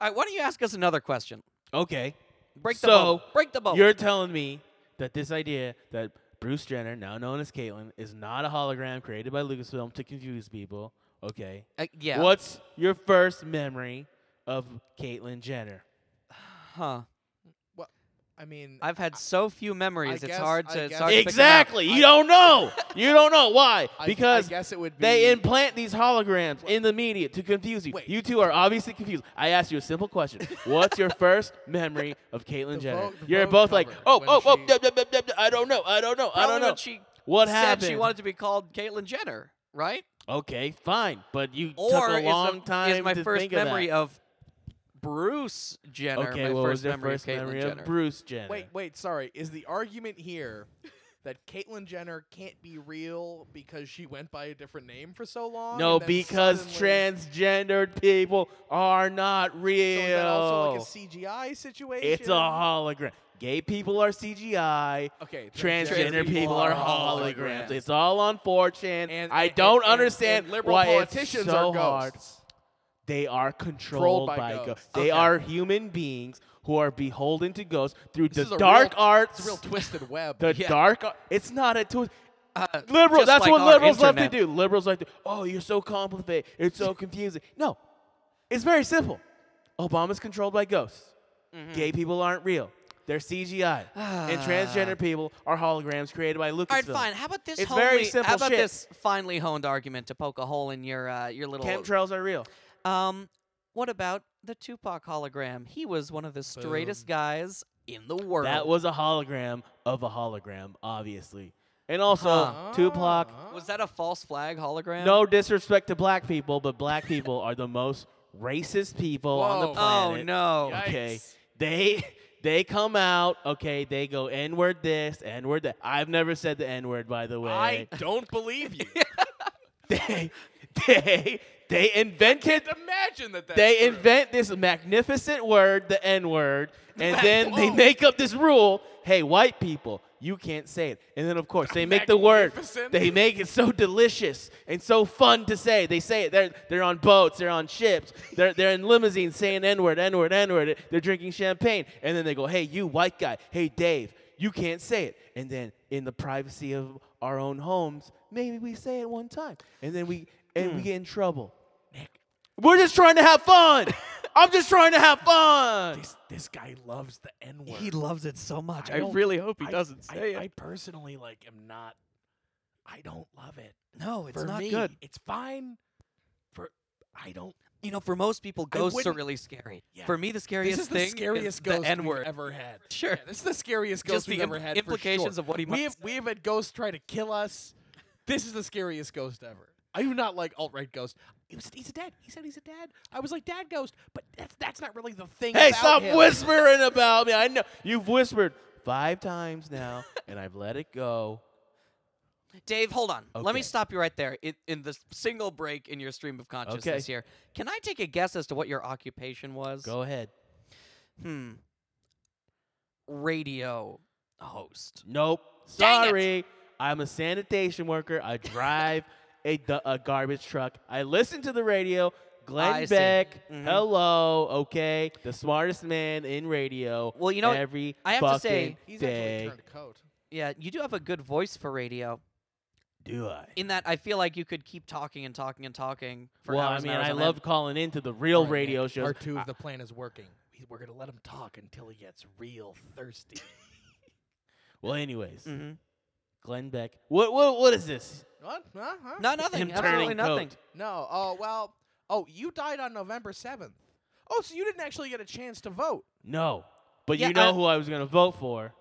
Speaker 2: All right, why don't you ask us another question?
Speaker 3: Okay.
Speaker 2: Break the
Speaker 3: So,
Speaker 2: bubble. Break the bubble.
Speaker 3: You're telling me that this idea that Bruce Jenner, now known as Caitlyn, is not a hologram created by Lucasfilm to confuse people. Okay.
Speaker 2: Uh, yeah.
Speaker 3: What's your first memory of Caitlyn Jenner?
Speaker 2: Huh.
Speaker 1: Well, I mean,
Speaker 2: I've had so few memories.
Speaker 1: I
Speaker 2: it's
Speaker 1: guess-
Speaker 2: hard
Speaker 1: I
Speaker 2: to. It's
Speaker 1: guess-
Speaker 2: hard to pick 'em out.
Speaker 3: Exactly. You don't know. you don't know why.
Speaker 1: I- I
Speaker 3: Because
Speaker 1: guess it would be-
Speaker 3: they implant these holograms in the media to confuse you.
Speaker 1: Wait.
Speaker 3: You two are obviously confused. I asked you a simple question. What's your first memory of Caitlyn
Speaker 1: The
Speaker 3: Jenner?
Speaker 1: Vogue- the
Speaker 3: You're
Speaker 1: Vogue
Speaker 3: both like,
Speaker 1: cover
Speaker 3: oh,
Speaker 1: when
Speaker 3: oh, oh,
Speaker 1: she-
Speaker 3: duh, duh, duh, duh, duh, I don't know, I don't know, I
Speaker 2: Probably
Speaker 3: don't know.
Speaker 2: When she
Speaker 3: What
Speaker 2: said
Speaker 3: happened?
Speaker 2: she wanted to be called Caitlyn Jenner, right?
Speaker 3: Okay, fine, but you
Speaker 2: Or
Speaker 3: took a
Speaker 2: is
Speaker 3: long
Speaker 2: the-
Speaker 3: time
Speaker 2: is my
Speaker 3: to
Speaker 2: first
Speaker 3: think
Speaker 2: memory
Speaker 3: of,
Speaker 2: of, Bruce
Speaker 3: that.
Speaker 2: Jenner.
Speaker 3: okay,
Speaker 2: my
Speaker 3: what
Speaker 2: first
Speaker 3: was your
Speaker 2: memory
Speaker 3: first
Speaker 2: of Caitlyn
Speaker 3: memory
Speaker 2: Jenner.
Speaker 3: of Bruce Jenner?
Speaker 1: wait, wait, sorry. Is the argument here that Caitlyn Jenner can't be real because she went by a different name for so long?
Speaker 3: no,
Speaker 1: and then
Speaker 3: because
Speaker 1: suddenly-
Speaker 3: transgendered people are not
Speaker 1: So
Speaker 3: real.
Speaker 1: is that also like a CGI situation?
Speaker 3: it's a hologram. Gay people are CGI.
Speaker 1: Okay.
Speaker 3: Transgender people are holograms. It's all on 4chan.
Speaker 1: And-
Speaker 3: I
Speaker 1: and-
Speaker 3: don't
Speaker 1: and- and
Speaker 3: understand
Speaker 1: liberal
Speaker 3: why
Speaker 1: politicians
Speaker 3: it's so
Speaker 1: are ghosts.
Speaker 3: hard. They are controlled
Speaker 1: by
Speaker 3: by,
Speaker 1: ghosts.
Speaker 3: ghosts. They
Speaker 1: Okay.
Speaker 3: are human beings who are beholden to ghosts through
Speaker 1: This is
Speaker 3: the
Speaker 1: a
Speaker 3: dark
Speaker 1: real,
Speaker 3: arts.
Speaker 1: It's a real twisted web.
Speaker 3: The
Speaker 2: Yeah. Uh,
Speaker 3: dark. ar- It's not a twist. liberals. That's
Speaker 2: like
Speaker 3: what
Speaker 2: our
Speaker 3: liberals love to
Speaker 2: internet.
Speaker 3: do. Liberals like to. Oh, you're so complicated. It's so confusing. No, it's very simple. Obama's controlled by ghosts.
Speaker 2: Mm-hmm.
Speaker 3: Gay people aren't real. They're CGI. and transgender people are holograms created by Lucasfilm.
Speaker 2: Ah. All right, fine. How about this?
Speaker 3: It's
Speaker 2: homely,
Speaker 3: very simple
Speaker 2: How about
Speaker 3: shit.
Speaker 2: this finely honed argument to poke a hole in your uh, your little
Speaker 3: Chemtrails are real.
Speaker 2: Um, what about the Tupac hologram? He was one of the straightest guys in the world.
Speaker 3: That was a hologram of a hologram, obviously. And also,
Speaker 2: Huh.
Speaker 3: Tupac.
Speaker 2: Was that a false flag hologram?
Speaker 3: No disrespect to black people, but black people are the most racist people on the
Speaker 1: Whoa.
Speaker 3: planet.
Speaker 2: Oh no.
Speaker 3: Okay.
Speaker 1: Yikes.
Speaker 3: They they come out, okay, they go N word this, N word that. I've never said the N word by the way.
Speaker 1: I don't believe you.
Speaker 3: they they they invented
Speaker 1: Imagine that. That's
Speaker 3: they
Speaker 1: true.
Speaker 3: invent this magnificent word, the N word, and then they
Speaker 1: Whoa.
Speaker 3: make up this rule. Hey, white people, you can't say it. And then, of course, they make the word.
Speaker 1: Magnificent.
Speaker 3: They make it so delicious and so fun to say. They say it. They're, they're on boats. They're on ships. They're, they're in limousines saying N word, N word, N word. They're drinking champagne. And then they go, hey, you white guy, hey, Dave, you can't say it. And then, in the privacy of our own homes, maybe we say it one time. And then we, and we get in trouble. We're just trying to have fun. I'm just trying to have fun.
Speaker 6: This, this guy loves the N word.
Speaker 2: He loves it so much. I,
Speaker 6: don't-
Speaker 2: really hope he doesn't
Speaker 6: I,
Speaker 2: say it.
Speaker 6: I personally like am not. I don't love it.
Speaker 2: no, it's
Speaker 6: For
Speaker 2: not
Speaker 6: me,
Speaker 2: good.
Speaker 6: It's fine. For I don't.
Speaker 2: You know, for most people, ghosts are
Speaker 6: wouldn't-
Speaker 2: really scary.
Speaker 6: Yeah.
Speaker 2: For me, the scariest
Speaker 1: This is
Speaker 2: thing
Speaker 1: the scariest
Speaker 2: is
Speaker 1: ghost
Speaker 2: the N
Speaker 1: we've
Speaker 2: word.
Speaker 1: ever had.
Speaker 2: Sure.
Speaker 1: Yeah, this is the scariest ghost
Speaker 2: Just the
Speaker 1: we've ever
Speaker 2: impl-
Speaker 1: had.
Speaker 2: implications
Speaker 1: for sure.
Speaker 2: of what he might
Speaker 1: we have.
Speaker 2: say.
Speaker 1: We have had ghosts try to kill us. This is the scariest ghost ever. I do not like alt right ghosts. He was, he's a dad. He said he's a dad. I was like dad ghost, but that's that's not really the thing.
Speaker 3: Hey,
Speaker 1: about
Speaker 3: stop
Speaker 1: him.
Speaker 3: whispering about me. I know you've whispered five times now, and I've let it go.
Speaker 2: Dave, hold on. Let me
Speaker 3: Okay.
Speaker 2: stop you right there. In, in the single break in your stream of consciousness here, can I take a guess as to what your occupation was?
Speaker 3: Go ahead.
Speaker 2: Hmm. Radio host.
Speaker 3: Nope.
Speaker 2: Dang it.
Speaker 3: Sorry. I'm a sanitation worker. I drive a, du- a garbage truck. I listen to the radio. Glenn
Speaker 2: I see.
Speaker 3: Beck.
Speaker 2: Mhm.
Speaker 3: Hello. Okay. The smartest man in radio.
Speaker 2: Well, you know,
Speaker 3: every
Speaker 2: I have to say-
Speaker 3: fucking
Speaker 1: He's
Speaker 3: day.
Speaker 1: actually turned coat.
Speaker 2: Yeah, you do have a good voice for radio.
Speaker 3: Do I?
Speaker 2: In that, I feel like you could keep talking and talking and talking for
Speaker 3: well, I
Speaker 2: hours.
Speaker 3: mean,
Speaker 2: and hours
Speaker 3: I
Speaker 2: on
Speaker 3: love
Speaker 2: end.
Speaker 3: calling into the real radio shows.
Speaker 1: Part two
Speaker 3: I-
Speaker 1: of the plan is working.
Speaker 6: we- We're gonna let him talk until he gets real thirsty.
Speaker 3: well, anyways,
Speaker 2: Mhm.
Speaker 3: Glenn Beck. What what what is this?
Speaker 1: What? Huh? Huh?
Speaker 2: No, nothing.
Speaker 3: Him
Speaker 2: Absolutely
Speaker 3: turning
Speaker 2: nothing.
Speaker 3: coat.
Speaker 1: No. Oh well. Oh, you died on November seventh. Oh, so you didn't actually get a chance to vote.
Speaker 3: No, but
Speaker 2: Yeah,
Speaker 3: you know
Speaker 2: I-
Speaker 3: who I was gonna vote for?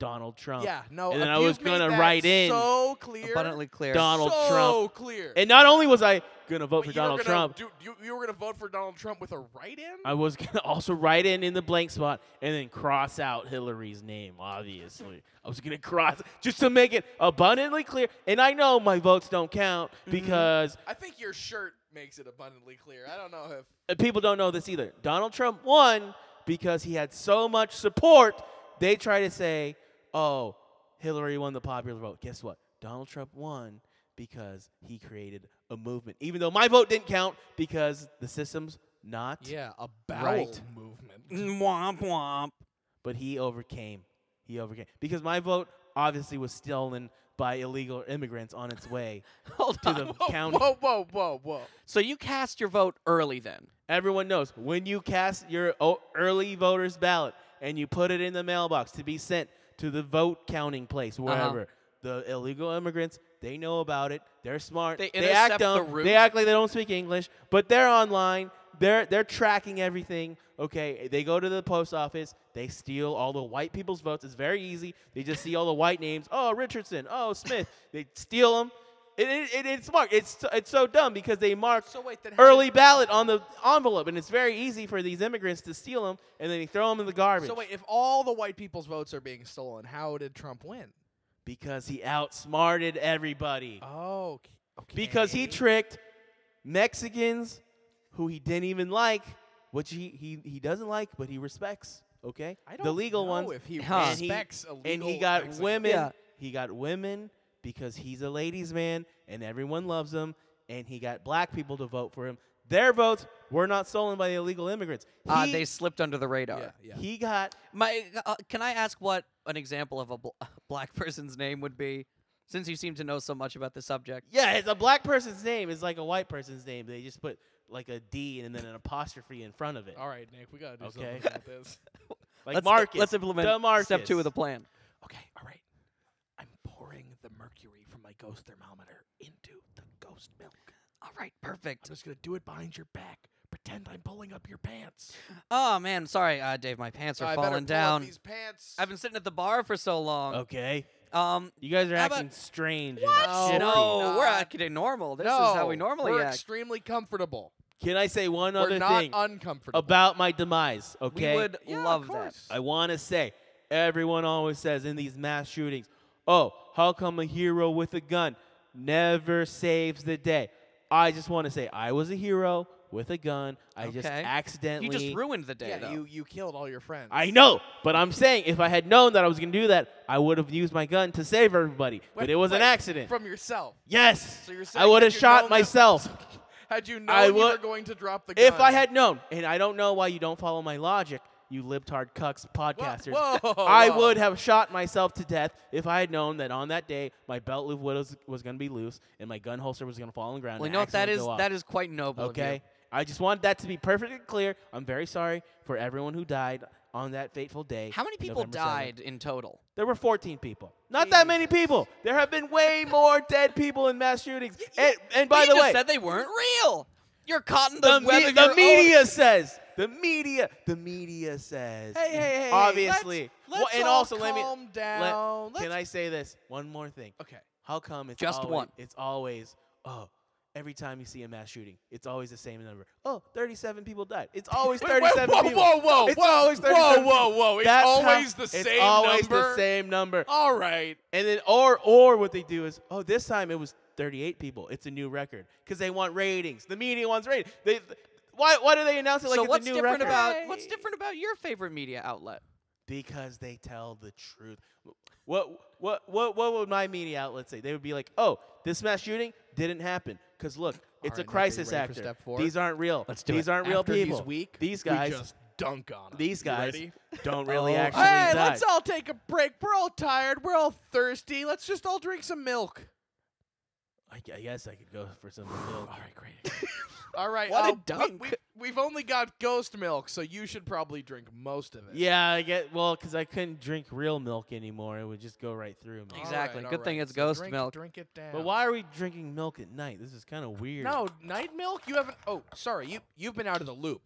Speaker 3: Donald Trump.
Speaker 1: Yeah. No.
Speaker 3: And then
Speaker 1: uh,
Speaker 3: I
Speaker 1: you've
Speaker 3: was gonna
Speaker 1: made that
Speaker 3: write in
Speaker 1: So clear.
Speaker 2: Abundantly clear.
Speaker 3: Donald
Speaker 1: so
Speaker 3: Trump.
Speaker 1: clear.
Speaker 3: And not only was I gonna vote
Speaker 1: But
Speaker 3: for
Speaker 1: you were
Speaker 3: Donald
Speaker 1: gonna
Speaker 3: Trump,
Speaker 1: do- you, you were going to vote for Donald Trump with a write-in?
Speaker 3: I was gonna also write in in the blank spot and then cross out Hillary's name. Obviously, I was gonna cross just to make it abundantly clear. And I know my votes don't count
Speaker 1: Mm-hmm.
Speaker 3: because
Speaker 1: I think your shirt makes it abundantly clear. I don't know if
Speaker 3: Uh, people don't know this either. Donald Trump won because he had so much support. They try to say, "Oh, Hillary won the popular vote." Guess what? Donald Trump won because he created a movement. Even though my vote didn't count because the system's not
Speaker 1: a
Speaker 3: bowel Right.
Speaker 1: movement.
Speaker 2: Womp womp.
Speaker 3: but he overcame. He overcame because my vote obviously was stolen by illegal immigrants on its way
Speaker 2: Hold
Speaker 3: to
Speaker 2: on.
Speaker 3: the
Speaker 1: Whoa,
Speaker 3: county.
Speaker 1: whoa, whoa, whoa, whoa.
Speaker 2: So you cast your vote early then.
Speaker 3: Everyone knows when you cast your o- early voter's ballot and you put it in the mailbox to be sent to the vote counting place,
Speaker 2: Uh-huh.
Speaker 3: wherever. The illegal immigrants, they know about it. They're smart.
Speaker 2: They
Speaker 3: act
Speaker 2: intercept the
Speaker 3: dumb.
Speaker 2: route.
Speaker 3: They act like they don't speak English, but they're online. They're they're tracking everything. Okay, they go to the post office. They steal all the white people's votes. It's very easy. They just see all the white names. Oh, Richardson. Oh, Smith. they steal them. It, it, it- it's marked. It's it's so dumb because they mark
Speaker 1: So wait, then how
Speaker 3: early ballot on the envelope, and it's very easy for these immigrants to steal them and then they throw them in the garbage.
Speaker 1: So wait, if all the white people's votes are being stolen, how did Trump win?
Speaker 3: because he outsmarted everybody.
Speaker 1: Oh, okay.
Speaker 3: Because he tricked Mexicans who he didn't even like, which he, he, he doesn't like, but he respects. Okay,
Speaker 1: I don't
Speaker 3: the legal
Speaker 1: know
Speaker 3: ones.
Speaker 1: if he
Speaker 2: Huh.
Speaker 3: And he-
Speaker 1: respects illegal
Speaker 3: and he got
Speaker 1: Mexican-
Speaker 3: women.
Speaker 2: Yeah.
Speaker 3: He got women because he's a ladies' man and everyone loves him. And he got black people to vote for him. Their votes were not stolen by the illegal immigrants. He,
Speaker 2: Uh, they slipped under the radar.
Speaker 1: Yeah, yeah.
Speaker 3: he got
Speaker 2: My, uh, can I ask what an example of a bl- black person's name would be? Since you seem to know so much about the subject.
Speaker 3: yeah. It's a black person's name is like a white person's name. They just put like a D and then an apostrophe in front of it.
Speaker 1: All right, Nick, we gotta do
Speaker 3: Okay.
Speaker 1: something about this.
Speaker 3: Like
Speaker 2: let's,
Speaker 3: Marcus.
Speaker 2: Let's implement
Speaker 3: the Marcus.
Speaker 2: step two of the plan.
Speaker 6: Okay, all right. I'm pouring the mercury from my ghost thermometer into the ghost milk.
Speaker 2: All right,
Speaker 6: I'm
Speaker 2: perfect.
Speaker 6: just gonna do it behind your back. Pretend I'm pulling up your pants.
Speaker 2: Oh man, sorry, uh, Dave. My pants are
Speaker 1: I better pull
Speaker 2: falling
Speaker 1: up
Speaker 2: down.
Speaker 1: These pants.
Speaker 2: I've been sitting at the bar for so long.
Speaker 3: Okay.
Speaker 2: Um,
Speaker 3: You guys are
Speaker 2: How about-
Speaker 3: acting strange. and
Speaker 1: What?
Speaker 3: shifty.
Speaker 2: no, we're
Speaker 1: not.
Speaker 2: acting normal. This
Speaker 1: no,
Speaker 2: is how we normally
Speaker 1: we're
Speaker 2: act.
Speaker 1: extremely comfortable.
Speaker 3: Can I say one
Speaker 1: we're
Speaker 3: other
Speaker 1: not
Speaker 3: thing
Speaker 1: uncomfortable.
Speaker 3: about my demise? Okay.
Speaker 2: We would
Speaker 1: Yeah, of
Speaker 2: love that.
Speaker 1: course.
Speaker 3: I want to say, everyone always says in these mass shootings, oh, how come a hero with a gun never saves the day? I just want to say, I was a hero with a gun. I just
Speaker 2: Okay.
Speaker 3: accidentally.
Speaker 2: You just ruined the day,
Speaker 1: yeah,
Speaker 2: though.
Speaker 1: you you killed all your friends.
Speaker 3: I know, but I'm saying if I had known that I was going to do that, I would have used my gun to save everybody. but
Speaker 1: Wait,
Speaker 3: it was an
Speaker 1: wait,
Speaker 3: accident.
Speaker 1: from yourself.
Speaker 3: yes.
Speaker 1: So you're
Speaker 3: I
Speaker 1: saying
Speaker 3: would have
Speaker 1: had you
Speaker 3: shot
Speaker 1: known that-
Speaker 3: myself.
Speaker 1: Had you known
Speaker 3: I
Speaker 1: you were
Speaker 3: would-
Speaker 1: going to drop the gun,
Speaker 3: If I had known, and I don't know why you don't follow my logic, you libtard cucks podcasters.
Speaker 1: whoa,
Speaker 3: I
Speaker 1: whoa.
Speaker 3: would have shot myself to death if I had known that on that day my belt loop was, was going to be loose and my gun holster was going to fall on the ground.
Speaker 2: well, you
Speaker 3: and
Speaker 2: know what that
Speaker 3: accidentally
Speaker 2: is?
Speaker 3: go off.
Speaker 2: That is quite noble. of you.
Speaker 3: okay. I just want that to be perfectly clear. I'm very sorry for everyone who died on that fateful day.
Speaker 2: How many people
Speaker 3: November 7th.
Speaker 2: died in total?
Speaker 3: There were 14 people. Not that many people. There have been way more dead people in mass shootings. And, and by
Speaker 2: you
Speaker 3: the
Speaker 2: just
Speaker 3: way,
Speaker 2: said they weren't real. You're caught in
Speaker 3: the,
Speaker 2: the, web
Speaker 3: me-
Speaker 2: of
Speaker 3: the
Speaker 2: your own-
Speaker 3: media says. The media. The media says.
Speaker 1: Hey, hey, hey, hey,
Speaker 3: Obviously.
Speaker 1: let's-
Speaker 3: Wha- and
Speaker 1: let's all
Speaker 3: also, let me.
Speaker 1: calm
Speaker 3: let-
Speaker 1: down.
Speaker 3: can
Speaker 1: Let's-
Speaker 3: I say this one more thing?
Speaker 1: Okay.
Speaker 3: How come it's
Speaker 2: Just
Speaker 3: always,
Speaker 2: one.
Speaker 3: It's always oh. Every time you see a mass shooting, it's always the same number. Oh, 37 people died. It's always 37
Speaker 1: whoa,
Speaker 3: people.
Speaker 1: whoa, whoa,
Speaker 3: it's
Speaker 1: whoa,
Speaker 3: always
Speaker 1: whoa,
Speaker 3: 37
Speaker 1: whoa,
Speaker 3: people.
Speaker 1: whoa. It's
Speaker 3: That's
Speaker 1: always
Speaker 3: how,
Speaker 1: the
Speaker 3: It's
Speaker 1: same
Speaker 3: always the
Speaker 1: number?
Speaker 3: same number.
Speaker 1: All right.
Speaker 3: And then or or what they do is, oh, this time it was 38 people. It's a new record because they want ratings. The media wants ratings. They why why do they announce it like
Speaker 2: so
Speaker 3: it's
Speaker 2: what's
Speaker 3: a new
Speaker 2: different
Speaker 3: record?
Speaker 2: about what's different about your favorite media outlet?
Speaker 3: Because they tell the truth. What what what what would my media outlet say? They would be like, oh, this mass shooting didn't happen because look,
Speaker 1: right,
Speaker 3: it's
Speaker 1: Nick,
Speaker 3: a
Speaker 1: are you
Speaker 3: crisis
Speaker 1: ready for
Speaker 3: actor.
Speaker 1: step four?
Speaker 3: These aren't real.
Speaker 2: Let's do
Speaker 3: These
Speaker 2: it.
Speaker 3: aren't real
Speaker 1: After he's
Speaker 3: people.
Speaker 1: weak,
Speaker 3: These
Speaker 1: we
Speaker 3: guys.
Speaker 1: just dunk on him.
Speaker 3: These
Speaker 1: You
Speaker 3: guys
Speaker 1: ready?
Speaker 3: don't really
Speaker 2: Oh.
Speaker 3: actually
Speaker 1: Hey,
Speaker 3: die.
Speaker 1: let's all take a break. We're all tired. We're all thirsty. Let's just all drink some milk.
Speaker 3: I, gu- I guess I could go for some milk.
Speaker 6: All right, great.
Speaker 1: All right.
Speaker 2: What a
Speaker 1: I'll-
Speaker 2: dunk.
Speaker 1: We, we, we've only got ghost milk, so you should probably drink most of it.
Speaker 3: Yeah, I get well because I couldn't drink real milk anymore. It would just go right through me.
Speaker 1: All
Speaker 2: Exactly.
Speaker 1: all
Speaker 2: Good thing it's
Speaker 1: So
Speaker 2: ghost
Speaker 1: drink-
Speaker 2: milk.
Speaker 1: Drink it down.
Speaker 3: But why are we drinking milk at night? This is kind of weird.
Speaker 1: No, night milk. You haven't. Oh, sorry. You you've been out of the loop.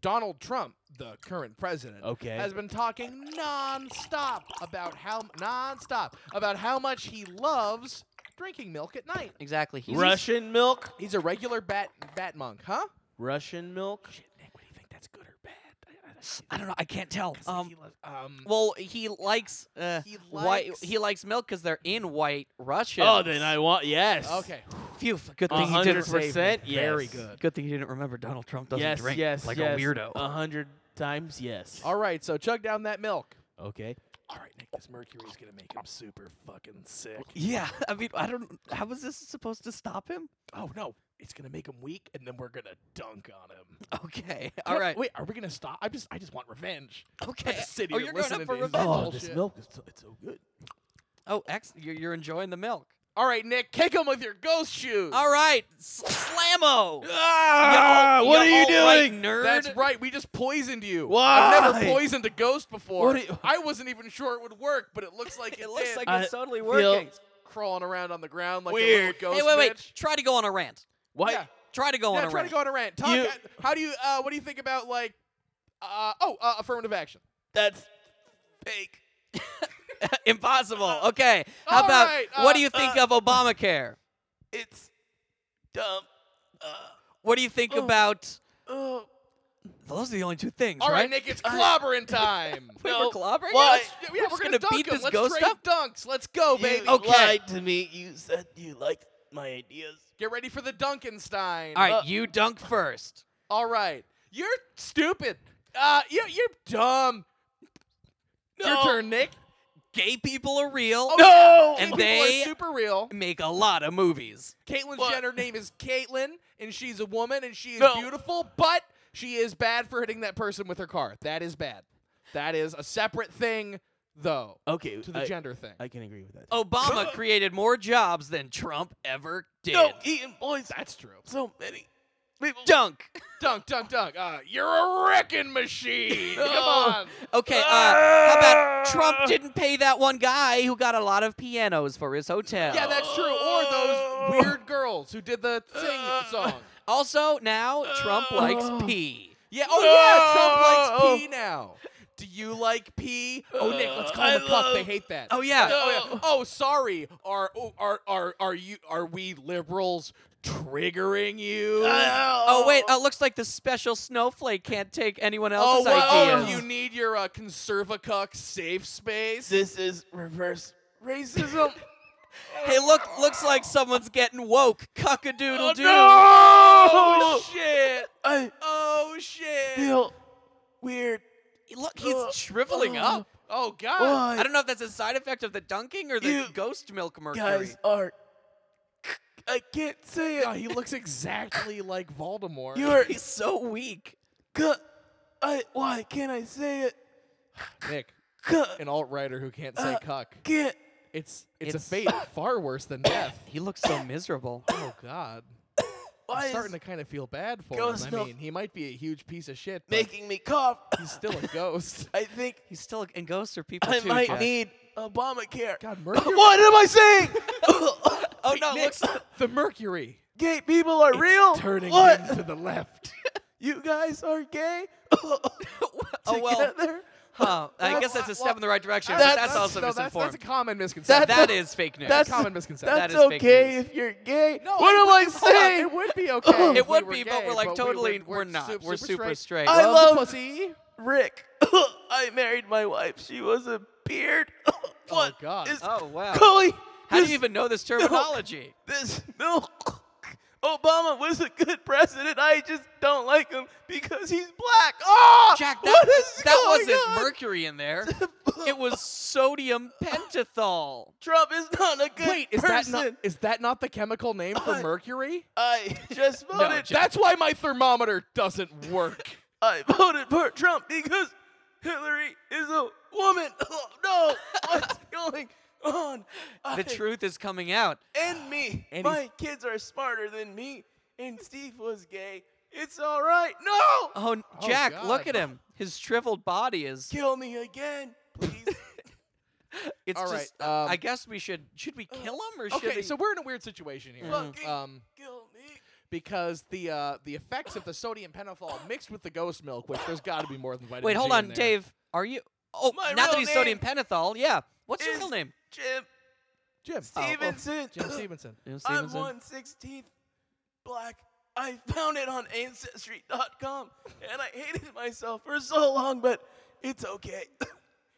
Speaker 1: Donald Trump, the current president,
Speaker 3: Okay.
Speaker 1: has been talking nonstop about how nonstop about how much he loves drinking milk at night.
Speaker 2: Exactly. He's
Speaker 3: Russian milk.
Speaker 1: He's a regular bat bat monk, huh?
Speaker 3: Russian milk.
Speaker 6: Nick, what do you think? That's good or bad? I- I- I-
Speaker 2: I don't know. I can't tell. Um,
Speaker 6: he loves-
Speaker 1: Um,
Speaker 2: well, he likes uh,
Speaker 1: He
Speaker 2: white.
Speaker 1: likes-
Speaker 2: He likes milk because they're in white Russia.
Speaker 3: Oh, then I want yes.
Speaker 1: okay.
Speaker 2: Phew. Good
Speaker 3: A
Speaker 2: thing he
Speaker 3: hundred
Speaker 2: didn't. re-
Speaker 3: percent. Yes.
Speaker 1: Very good.
Speaker 2: Good thing he didn't remember Donald Trump doesn't
Speaker 3: yes.
Speaker 2: drink
Speaker 3: yes.
Speaker 2: like
Speaker 3: yes.
Speaker 2: a weirdo.
Speaker 3: A hundred times yes.
Speaker 1: All right, so chug down that milk.
Speaker 3: Okay.
Speaker 6: All right, Nick, this mercury's gonna make him super fucking sick.
Speaker 2: yeah. I mean, I don't. How was this supposed to stop him?
Speaker 6: Oh no, it's gonna make him weak, and then we're gonna dunk on him.
Speaker 2: Okay. All
Speaker 6: What-
Speaker 2: right.
Speaker 6: wait, are we gonna stop? I just, I just want revenge.
Speaker 2: okay.
Speaker 6: just sit
Speaker 2: oh,
Speaker 6: here
Speaker 2: you're going
Speaker 6: listening
Speaker 2: up for
Speaker 6: to his-
Speaker 2: revenge.
Speaker 6: Oh,
Speaker 1: Bullshit.
Speaker 3: milk is so, it's so good.
Speaker 2: Oh, ex- you're, you're enjoying the milk.
Speaker 1: All right, Nick, kick him with your ghost shoes.
Speaker 2: All right, S- slammo.
Speaker 3: Ah,
Speaker 2: You
Speaker 3: what
Speaker 2: all
Speaker 3: are you
Speaker 2: right,
Speaker 3: doing?
Speaker 2: nerd?
Speaker 1: That's right. We just poisoned you. I've
Speaker 3: Why?
Speaker 1: never poisoned a ghost before.
Speaker 3: What do you-
Speaker 1: I wasn't even sure it would work, but it looks like it,
Speaker 2: It looks
Speaker 1: did.
Speaker 2: like
Speaker 3: I
Speaker 2: it's totally
Speaker 3: feel-
Speaker 2: working.
Speaker 1: crawling around on the ground like
Speaker 3: Weird.
Speaker 1: a little
Speaker 2: Hey,
Speaker 1: ghost
Speaker 2: wait, wait.
Speaker 1: bitch.
Speaker 2: Try to go on a rant.
Speaker 3: Why?
Speaker 1: Yeah.
Speaker 2: Try to go
Speaker 1: yeah,
Speaker 2: on a
Speaker 1: try
Speaker 2: rant.
Speaker 1: to go on a rant. Talk.
Speaker 3: You-
Speaker 1: How do you? Uh, what do you think about like? Uh, oh, uh, affirmative action.
Speaker 3: That's
Speaker 1: Fake.
Speaker 2: Impossible. Okay. How
Speaker 1: all
Speaker 2: about
Speaker 1: right,
Speaker 2: what
Speaker 1: uh,
Speaker 2: do you think of Obamacare?
Speaker 3: it's dumb.
Speaker 2: What do you think about? Those are the only two things,
Speaker 1: All right,
Speaker 2: right?
Speaker 1: Nick, it's clobbering time.
Speaker 2: Wait,
Speaker 3: no,
Speaker 2: we're clobbering.
Speaker 3: why-
Speaker 1: Yeah,
Speaker 2: Let's-
Speaker 1: yeah,
Speaker 2: we're
Speaker 1: we're
Speaker 2: just
Speaker 1: gonna,
Speaker 2: gonna beat
Speaker 1: dunk 'em.
Speaker 2: this
Speaker 1: Let's
Speaker 2: ghost
Speaker 1: trade
Speaker 2: up?
Speaker 1: dunks. Let's go, baby.
Speaker 3: You
Speaker 2: okay.
Speaker 3: Oh, lied to me. You said you liked my ideas.
Speaker 1: Get ready for the Dunkenstein.
Speaker 2: All right,
Speaker 3: Uh,
Speaker 2: you dunk first.
Speaker 1: All right. You're stupid. Uh, you, you're dumb. Your
Speaker 2: No.
Speaker 1: turn, Nick.
Speaker 2: Gay people are real.
Speaker 1: Oh, no,
Speaker 2: And
Speaker 1: they
Speaker 2: they-
Speaker 1: are super real.
Speaker 2: Make a lot of movies.
Speaker 1: Caitlyn
Speaker 2: What?
Speaker 1: Jenner name is Caitlyn, and she's a woman, and she is
Speaker 2: No.
Speaker 1: beautiful, but she is bad for hitting that person with her car. That is bad. That is a separate thing, though,
Speaker 3: Okay,
Speaker 1: to the
Speaker 3: I,
Speaker 1: gender thing.
Speaker 3: I can agree with that.
Speaker 2: Obama created more jobs than Trump ever did.
Speaker 3: no, he employs
Speaker 1: That's true.
Speaker 3: so many people.
Speaker 2: Dunk.
Speaker 1: Dunk, dunk, dunk. Uh, you're a wrecking machine. Come
Speaker 2: Oh.
Speaker 1: on.
Speaker 2: Okay, uh, how about Trump didn't pay that one guy who got a lot of pianos for his hotel?
Speaker 1: Yeah, that's true. Or those weird girls who did the sing song.
Speaker 2: Also, now Trump likes pee.
Speaker 1: Yeah. Oh yeah. Trump
Speaker 3: No.
Speaker 1: likes pee now. Do you like pee? Oh Nick, let's call
Speaker 3: I
Speaker 1: him a cuck. They
Speaker 3: love-
Speaker 1: hate that.
Speaker 2: Oh, yeah.
Speaker 1: Oh, yeah. oh sorry. Are oh, are are are you are we liberals triggering you?
Speaker 2: Oh, wait, uh, looks like the special snowflake can't take anyone
Speaker 1: oh,
Speaker 2: else's
Speaker 1: well,
Speaker 2: ideas.
Speaker 1: you need your uh, conservacuck safe space.
Speaker 3: This is reverse racism.
Speaker 2: Hey, look, looks like someone's getting woke. Cuckadoodle doo.
Speaker 1: Oh
Speaker 3: oh
Speaker 1: shit.
Speaker 3: I
Speaker 1: Oh shit.
Speaker 3: feel weird.
Speaker 2: Look, he's shriveling up.
Speaker 1: Oh god.
Speaker 3: Why
Speaker 2: I don't know if that's a side effect of the dunking or the
Speaker 3: You
Speaker 2: ghost milk mercury.
Speaker 3: guys are? I can't say
Speaker 1: Oh,
Speaker 3: it.
Speaker 1: he looks exactly like Voldemort.
Speaker 3: You're.
Speaker 2: He's so weak.
Speaker 3: Cu- I. Why can't I say it?
Speaker 1: Nick,
Speaker 3: Cu-
Speaker 1: an alt writer who can't say cuck.
Speaker 3: Can't.
Speaker 1: It's, it's
Speaker 2: It's-
Speaker 1: a fate far worse than death.
Speaker 2: He looks so miserable.
Speaker 1: Oh God.
Speaker 3: Why
Speaker 1: I'm
Speaker 3: is
Speaker 1: starting to kind of feel bad for him.
Speaker 3: Ghost
Speaker 1: I
Speaker 3: milk-
Speaker 1: mean, he might be a huge piece of shit, but
Speaker 3: making me cough?
Speaker 1: he's still a ghost.
Speaker 3: I think
Speaker 2: He's still and ghosts are people
Speaker 3: I
Speaker 2: too.
Speaker 3: might
Speaker 2: Jack.
Speaker 3: need Obamacare.
Speaker 1: God, Mercury.
Speaker 3: What am I saying?
Speaker 2: Oh no,
Speaker 1: Nick,
Speaker 2: looks
Speaker 1: the Mercury
Speaker 3: gay people are real.
Speaker 1: turning
Speaker 3: Oh, what?
Speaker 1: him to the left.
Speaker 3: You guys are gay.
Speaker 2: oh well.
Speaker 3: Together?
Speaker 2: Huh, I guess that's a step in the right direction, but that's also
Speaker 1: no, that's,
Speaker 2: misinformed.
Speaker 1: that's a common misconception.
Speaker 3: That's
Speaker 2: That
Speaker 3: a-
Speaker 2: is fake news.
Speaker 1: That's
Speaker 3: that's-
Speaker 1: a common misconception.
Speaker 3: That's
Speaker 2: is fake
Speaker 3: okay
Speaker 2: news.
Speaker 3: if you're gay.
Speaker 1: No,
Speaker 3: what
Speaker 1: it
Speaker 3: am
Speaker 1: would-
Speaker 3: I
Speaker 1: hold on,
Speaker 3: saying?
Speaker 1: It would be okay.
Speaker 2: It
Speaker 1: if we
Speaker 2: would
Speaker 1: were
Speaker 2: be,
Speaker 1: gay,
Speaker 2: but we're like
Speaker 1: we
Speaker 2: totally,
Speaker 1: would-
Speaker 2: we're, not.
Speaker 1: sup-
Speaker 2: we're super straight.
Speaker 3: I
Speaker 1: Love
Speaker 3: love-
Speaker 1: pussy.
Speaker 3: Rick, I married my wife. She was a beard. What is
Speaker 1: God.
Speaker 2: oh wow.
Speaker 3: going?
Speaker 2: How do
Speaker 3: this-
Speaker 2: you even know this terminology?
Speaker 3: this milk? Obama was a good president. I just don't like him because he's black. Ah,
Speaker 2: Jack, that,
Speaker 3: what is
Speaker 2: that
Speaker 3: going
Speaker 2: wasn't
Speaker 3: on?
Speaker 2: mercury in there. it was sodium pentothal.
Speaker 3: Trump is not a good
Speaker 1: Wait, is that
Speaker 3: person.
Speaker 1: not is that not the chemical name for mercury?
Speaker 3: I just voted.
Speaker 1: That's why my thermometer doesn't work.
Speaker 3: I voted for Trump because Hillary is a woman. Oh, no, what's going on? I-
Speaker 2: The truth is coming out.
Speaker 3: and me.
Speaker 1: And he's-
Speaker 3: My kids are smarter than me. And Steve was gay. It's all right. No,
Speaker 2: Oh, n- Jack, look
Speaker 1: God.
Speaker 2: at him. His shriveled body is.
Speaker 3: kill me again, please.
Speaker 2: It's
Speaker 1: All right,
Speaker 2: just. uh, I
Speaker 1: um,
Speaker 2: guess we should. Should we kill him or should
Speaker 1: Okay,
Speaker 2: we?
Speaker 1: so we're in a weird situation here.
Speaker 3: Fucking
Speaker 1: Um,
Speaker 3: kill me.
Speaker 1: because the uh, the effects of the sodium pentothal mixed with the ghost milk, which there's got to be more than vitamin
Speaker 2: Wait, hold
Speaker 1: G in
Speaker 2: on,
Speaker 1: there.
Speaker 2: Dave. Are you? Oh,
Speaker 3: My
Speaker 2: now that
Speaker 3: real
Speaker 2: he's sodium
Speaker 3: name
Speaker 2: pentothal, yeah. What's your
Speaker 3: is-
Speaker 2: real name?
Speaker 3: Jim
Speaker 1: Jim oh,
Speaker 2: Oh,
Speaker 3: Stevenson.
Speaker 1: Jim Stevenson.
Speaker 3: I'm one sixteenth black. I found it on Ancestry.com, and I hated myself for so long, but it's okay.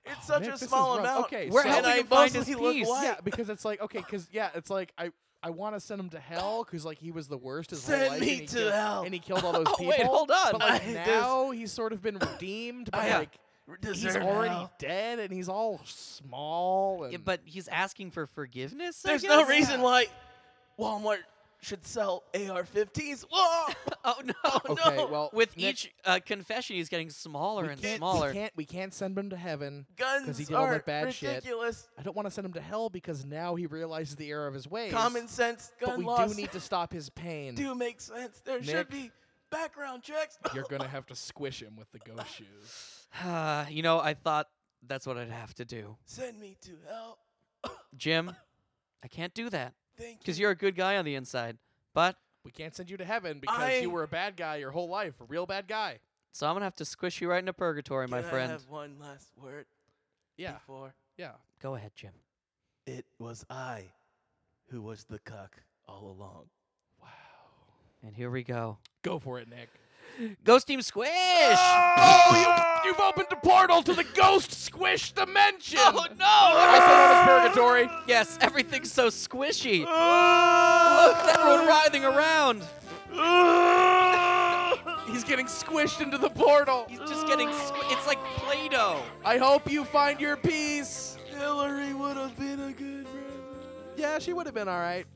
Speaker 3: It's such
Speaker 1: Nick,
Speaker 3: a
Speaker 1: Oh, this is
Speaker 3: small
Speaker 1: rough.
Speaker 3: amount.
Speaker 1: Okay,
Speaker 2: We're
Speaker 1: so-
Speaker 2: helping
Speaker 3: and I
Speaker 2: him find his
Speaker 3: mostly look
Speaker 2: peace.
Speaker 3: white.
Speaker 1: Yeah, because it's like okay, because yeah, it's like I I want to send him to hell because like he was the worst his whole
Speaker 3: Send
Speaker 1: life,
Speaker 3: me
Speaker 1: and he
Speaker 3: to
Speaker 1: killed,
Speaker 3: hell.
Speaker 1: and he killed all those
Speaker 2: Oh,
Speaker 1: people.
Speaker 2: wait, hold on.
Speaker 1: But like
Speaker 3: I- this-
Speaker 1: now he's sort of been redeemed, but
Speaker 3: I, uh,
Speaker 1: like he's
Speaker 3: deserve
Speaker 1: already
Speaker 3: hell.
Speaker 1: dead and he's all small. And
Speaker 2: Yeah, but he's asking for forgiveness. I
Speaker 3: There's no
Speaker 2: guess?
Speaker 3: reason why Walmart should sell AR-15s. Whoa!
Speaker 2: Oh no,
Speaker 1: okay,
Speaker 3: no,
Speaker 1: well,
Speaker 2: With
Speaker 1: Nick,
Speaker 2: each uh, confession, he's getting smaller and
Speaker 1: can't-
Speaker 2: smaller.
Speaker 1: We can't we can't send him to heven.
Speaker 3: Guns
Speaker 1: he did all
Speaker 3: are
Speaker 1: that bad shit.
Speaker 3: ridiculous.
Speaker 1: I don't want to send him to hell because now he realizes the error of his ways.
Speaker 3: Common sense gun
Speaker 1: but we
Speaker 3: laws
Speaker 1: do need to stop his pain.
Speaker 3: do make sense. There
Speaker 1: Nick.
Speaker 3: should be background checks.
Speaker 1: You're
Speaker 2: oh.
Speaker 1: gonna have to squish him with the ghost shoes.
Speaker 2: Ah, you know, I thought that's what I'd have to do,
Speaker 3: Send me to hell.
Speaker 2: Jim. I can't do that
Speaker 3: Thank you.
Speaker 2: because you're a good guy on the inside. But
Speaker 1: We can't send you to heaven because
Speaker 3: I-
Speaker 1: you were a bad guy your whole life, a real bad guy.
Speaker 2: so I'm gonna have to squish you right into purgatory, my
Speaker 3: Can
Speaker 2: friend.
Speaker 3: I have one last word
Speaker 1: Yeah,
Speaker 3: before?
Speaker 1: yeah.
Speaker 2: Go ahead, Jim.
Speaker 3: It was I who was the cuck all along.
Speaker 2: And here we go.
Speaker 1: Go for it, Nick.
Speaker 2: Ghost Team Squish.
Speaker 3: Ah!
Speaker 2: Ah!
Speaker 1: Oh, you, you've opened a portal to the ghost squish dimension. Oh no! I said that was purgatory.
Speaker 2: Yes, everything's so squishy. Look, everyone writhing around.
Speaker 1: He's getting squished into the portal.
Speaker 2: He's just getting. Squ- it's like Oh, Play Doh.
Speaker 1: I hope you find your peace.
Speaker 6: Hillary would have been a good president.
Speaker 1: Yeah, she would have been all right.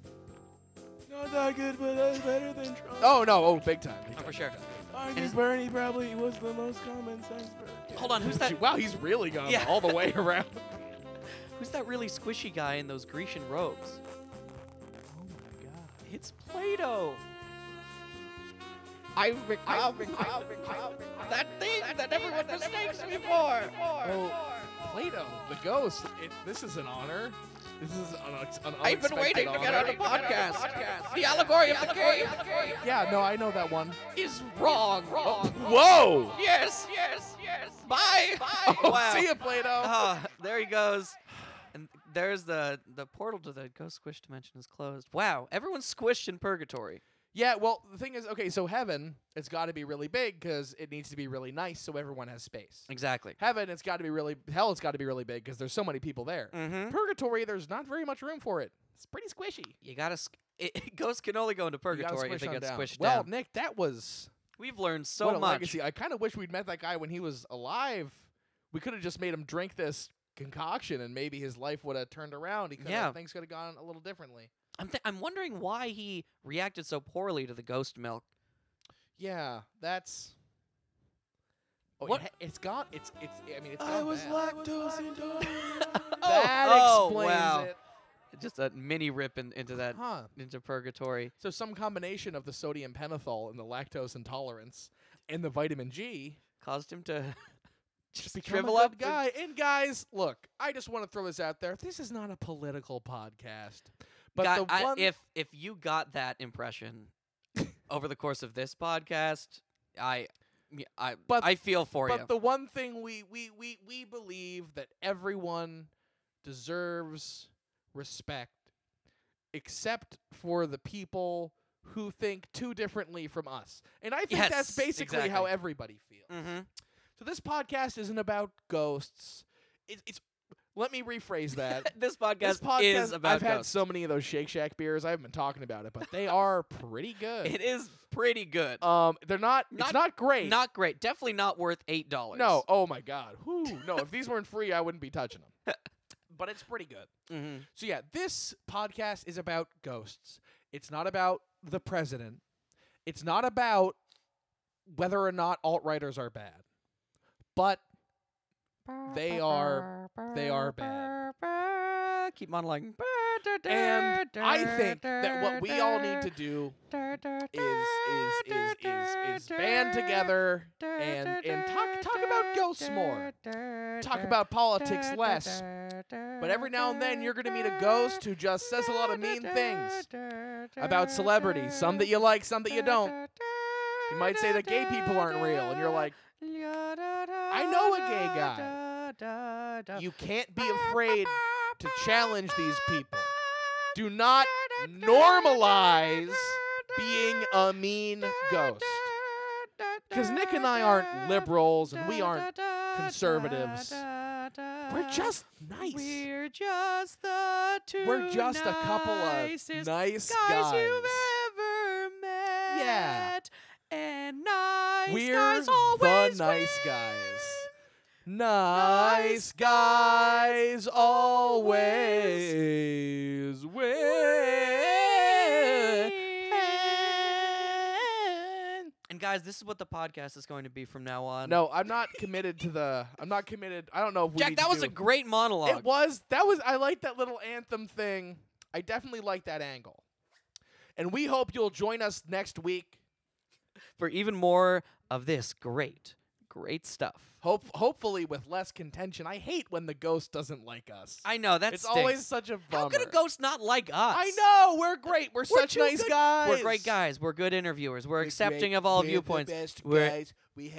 Speaker 6: Not that good, but that's better than Trump.
Speaker 1: Oh no! Oh, big time. big
Speaker 2: Oh,
Speaker 1: time.
Speaker 2: for sure.
Speaker 6: I
Speaker 2: is-
Speaker 6: think Bernie probably was the most common sense person.
Speaker 2: Hold on, who's that?
Speaker 1: Wow, he's really gone
Speaker 2: Yeah.
Speaker 1: all the way around.
Speaker 2: Who's that really squishy guy in those Grecian robes? Oh It's Plato.
Speaker 1: I've become.
Speaker 2: That thing that everyone mistakes me for.
Speaker 1: Oh, Plato, the ghost. It, this is an honor. This is an, unex- an
Speaker 2: I've been
Speaker 1: unexpected
Speaker 2: waiting to get
Speaker 1: honor.
Speaker 2: on the podcast. The allegory of the cave
Speaker 1: Yeah, no, I know that one.
Speaker 2: is wrong. Wrong.
Speaker 1: Whoa!
Speaker 2: Yes. Yes. Yes. Bye. Bye.
Speaker 1: Oh, see you, Plato.
Speaker 2: Ah, there he goes. And there's the the portal to the ghost squish dimension is closed. Wow, everyone's squished in purgatory.
Speaker 1: Yeah, well, the thing is, okay, so heaven, it's got to be really big because it needs to be really nice, so everyone has space.
Speaker 2: Exactly.
Speaker 1: Heaven, it's got to be really hell. It's got to be really big because there's so many people there.
Speaker 2: Mm-hmm.
Speaker 1: Purgatory, there's not very much room for it. It's pretty squishy.
Speaker 2: You gotta. Sc- it, ghosts can only go into
Speaker 1: You gotta
Speaker 2: purgatory if they
Speaker 1: squish on
Speaker 2: get
Speaker 1: down.
Speaker 2: squished
Speaker 1: Well,
Speaker 2: down.
Speaker 1: Nick, that was
Speaker 2: We've learned so
Speaker 1: what a
Speaker 2: much.
Speaker 1: legacy. I kind of wish we'd met that guy when he was alive. We could have just made him drink this concoction, and maybe his life would have turned around. He could
Speaker 2: Yeah.
Speaker 1: things could have gone a little differently.
Speaker 2: I'm th- I'm wondering why he reacted so poorly to the ghost milk.
Speaker 1: Yeah, that's. Oh,
Speaker 2: What-
Speaker 1: It, ha- it's gone. It's it's. I mean, it's.
Speaker 6: I
Speaker 1: gone
Speaker 6: was
Speaker 1: bad.
Speaker 6: lactose intolerant.
Speaker 1: That
Speaker 2: oh,
Speaker 1: explains
Speaker 2: wow.
Speaker 1: it.
Speaker 2: Just a mini rip in, into that
Speaker 1: Huh.
Speaker 2: into purgatory.
Speaker 1: So some combination of the sodium pentothal and the lactose intolerance and the vitamin G
Speaker 2: Caused him to just
Speaker 1: become
Speaker 2: shrivel
Speaker 1: a good
Speaker 2: up. and-
Speaker 1: guy. And guys, look, I just want to throw this out there. This is not a political podcast. But
Speaker 2: Guy-
Speaker 1: the
Speaker 2: I-
Speaker 1: one
Speaker 2: if if you got that impression over the course of this podcast, I y- I
Speaker 1: But-
Speaker 2: I feel for
Speaker 1: but
Speaker 2: you.
Speaker 1: the one thing we we we we believe that everyone deserves respect except for the people who think too differently from us. And I think that's
Speaker 2: Yes,
Speaker 1: basically how
Speaker 2: exactly.
Speaker 1: everybody feels.
Speaker 2: mm-hmm.
Speaker 1: So this podcast isn't about ghosts. It's, it's let me rephrase that.
Speaker 2: This podcast,
Speaker 1: this podcast
Speaker 2: is about
Speaker 1: I've had
Speaker 2: ghosts.
Speaker 1: so many of those Shake Shack beers. I haven't been talking about it, but they are pretty good.
Speaker 2: it is pretty good.
Speaker 1: um, they're not, It's
Speaker 2: Not-
Speaker 1: not great.
Speaker 2: Not great. Definitely not worth eight dollars.
Speaker 1: no. Oh my god. Whew. No. If these weren't free, I wouldn't be touching them. but it's pretty good.
Speaker 2: Mm-hmm.
Speaker 1: So yeah, this podcast is about ghosts. It's not about the president. It's not about whether or not alt righters are bad, but they are they are bad.
Speaker 2: Keep monologuing.
Speaker 1: And I think that what we all need to do is is is is, is band together and and talk talk about ghosts more. Talk about politics less. But every now and then you're going to meet a ghost who just says a lot of mean things about celebrities, some that you like, some that you don't. You might say that gay people aren't real and you're like, I know a gay guy. You can't be afraid to challenge these people. Do not normalize being a mean ghost. Because Nick and I aren't liberals and we aren't conservatives. We're just nice.
Speaker 2: We're just the two.
Speaker 1: We're just a couple of
Speaker 2: nicest
Speaker 1: nice
Speaker 2: guys,
Speaker 1: guys.
Speaker 2: you've ever met.
Speaker 1: Yeah.
Speaker 2: And nice
Speaker 1: We're
Speaker 2: guys
Speaker 1: the
Speaker 2: always
Speaker 1: nice
Speaker 2: win.
Speaker 1: guys. Nice guys always win.
Speaker 2: And guys, this is what the podcast is going to be from now on.
Speaker 1: No, I'm not committed to the. I'm not committed. I don't know if we.
Speaker 2: Jack,
Speaker 1: need
Speaker 2: that
Speaker 1: to
Speaker 2: was
Speaker 1: do-
Speaker 2: a great monologue.
Speaker 1: It was. That was. I like that little anthem thing. I definitely like that angle. And we hope you'll join us next week.
Speaker 2: For even more of this great, great stuff.
Speaker 1: Hope, hopefully, with less contention. I hate when the ghost doesn't like us.
Speaker 2: I know that's
Speaker 1: it's always such a bummer.
Speaker 2: How could a ghost not like us?
Speaker 1: I know we're great. We're,
Speaker 2: We're
Speaker 1: such
Speaker 2: two
Speaker 1: nice
Speaker 2: good-
Speaker 1: guys.
Speaker 2: We're great guys. We're good interviewers. We're accepting of all viewpoints. We're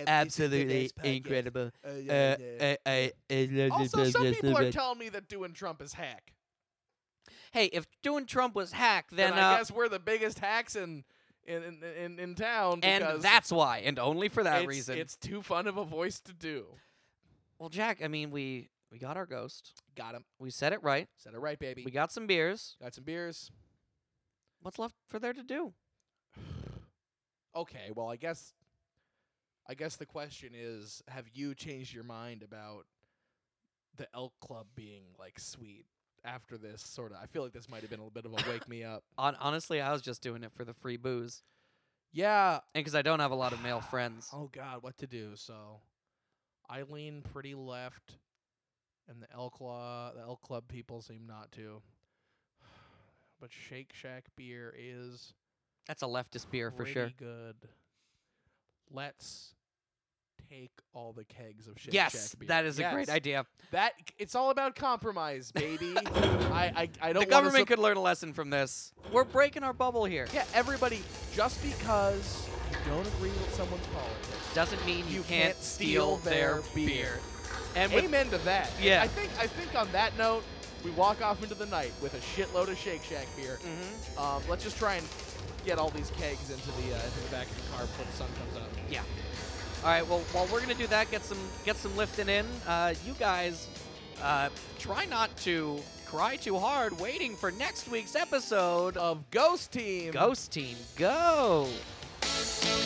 Speaker 2: absolutely incredible. Uh, uh, uh, uh,
Speaker 1: Also, some people are telling me that doing Trump is hack.
Speaker 2: hey, if doing Trump was hack, then
Speaker 1: and I
Speaker 2: uh,
Speaker 1: guess we're the biggest hacks in in in, in, in town. because
Speaker 2: and that's why, and only for that
Speaker 1: it's,
Speaker 2: reason.
Speaker 1: It's too fun of a voice to do.
Speaker 2: well, Jack, I mean, we we got our ghost.
Speaker 1: Got him.
Speaker 2: We said it right.
Speaker 1: Said it right, baby.
Speaker 2: We got some beers.
Speaker 1: got some beers.
Speaker 2: What's left for there to do?
Speaker 1: Okay, well I guess I guess the question is, have you changed your mind about the Elk Club being like sweet after this sort of? I feel like this might have been a little bit of a wake me up.
Speaker 2: On, honestly, I was just doing it for the free booze,
Speaker 1: Yeah.
Speaker 2: and because I don't have a lot of male friends.
Speaker 1: Oh God, what to do? So, I lean pretty left, and the Elk Club, the Elk Club people seem not to. But Shake Shack beer is
Speaker 2: That's a leftist beer for
Speaker 1: pretty
Speaker 2: sure.
Speaker 1: good. Let's take all the kegs of Shake
Speaker 2: Yes,
Speaker 1: Shack beer.
Speaker 2: that is a great
Speaker 1: Yes.
Speaker 2: idea.
Speaker 1: That it's all about compromise, baby. I, I I don't.
Speaker 2: The
Speaker 1: wanna
Speaker 2: government
Speaker 1: sup-
Speaker 2: could learn a lesson from this. We're breaking our bubble here.
Speaker 1: Yeah, everybody. Just because you don't agree with someone's politics,
Speaker 2: Doesn't mean you, can't, steal, their beer. And with,
Speaker 1: Amen to that. And
Speaker 2: Yeah.
Speaker 1: I think I think on that note, we walk off into the night with a shitload of Shake Shack beer.
Speaker 2: Mhm.
Speaker 1: Um, let's just try and get all these kegs into the uh, into the back of the car before the sun comes up.
Speaker 2: yeah. All right. Well, while we're gonna do that, get some get some lifting in. Uh, you guys, uh, try not to cry too hard. Waiting for next week's episode.
Speaker 1: Of Ghost Team.
Speaker 2: Ghost Team, go!
Speaker 7: Thank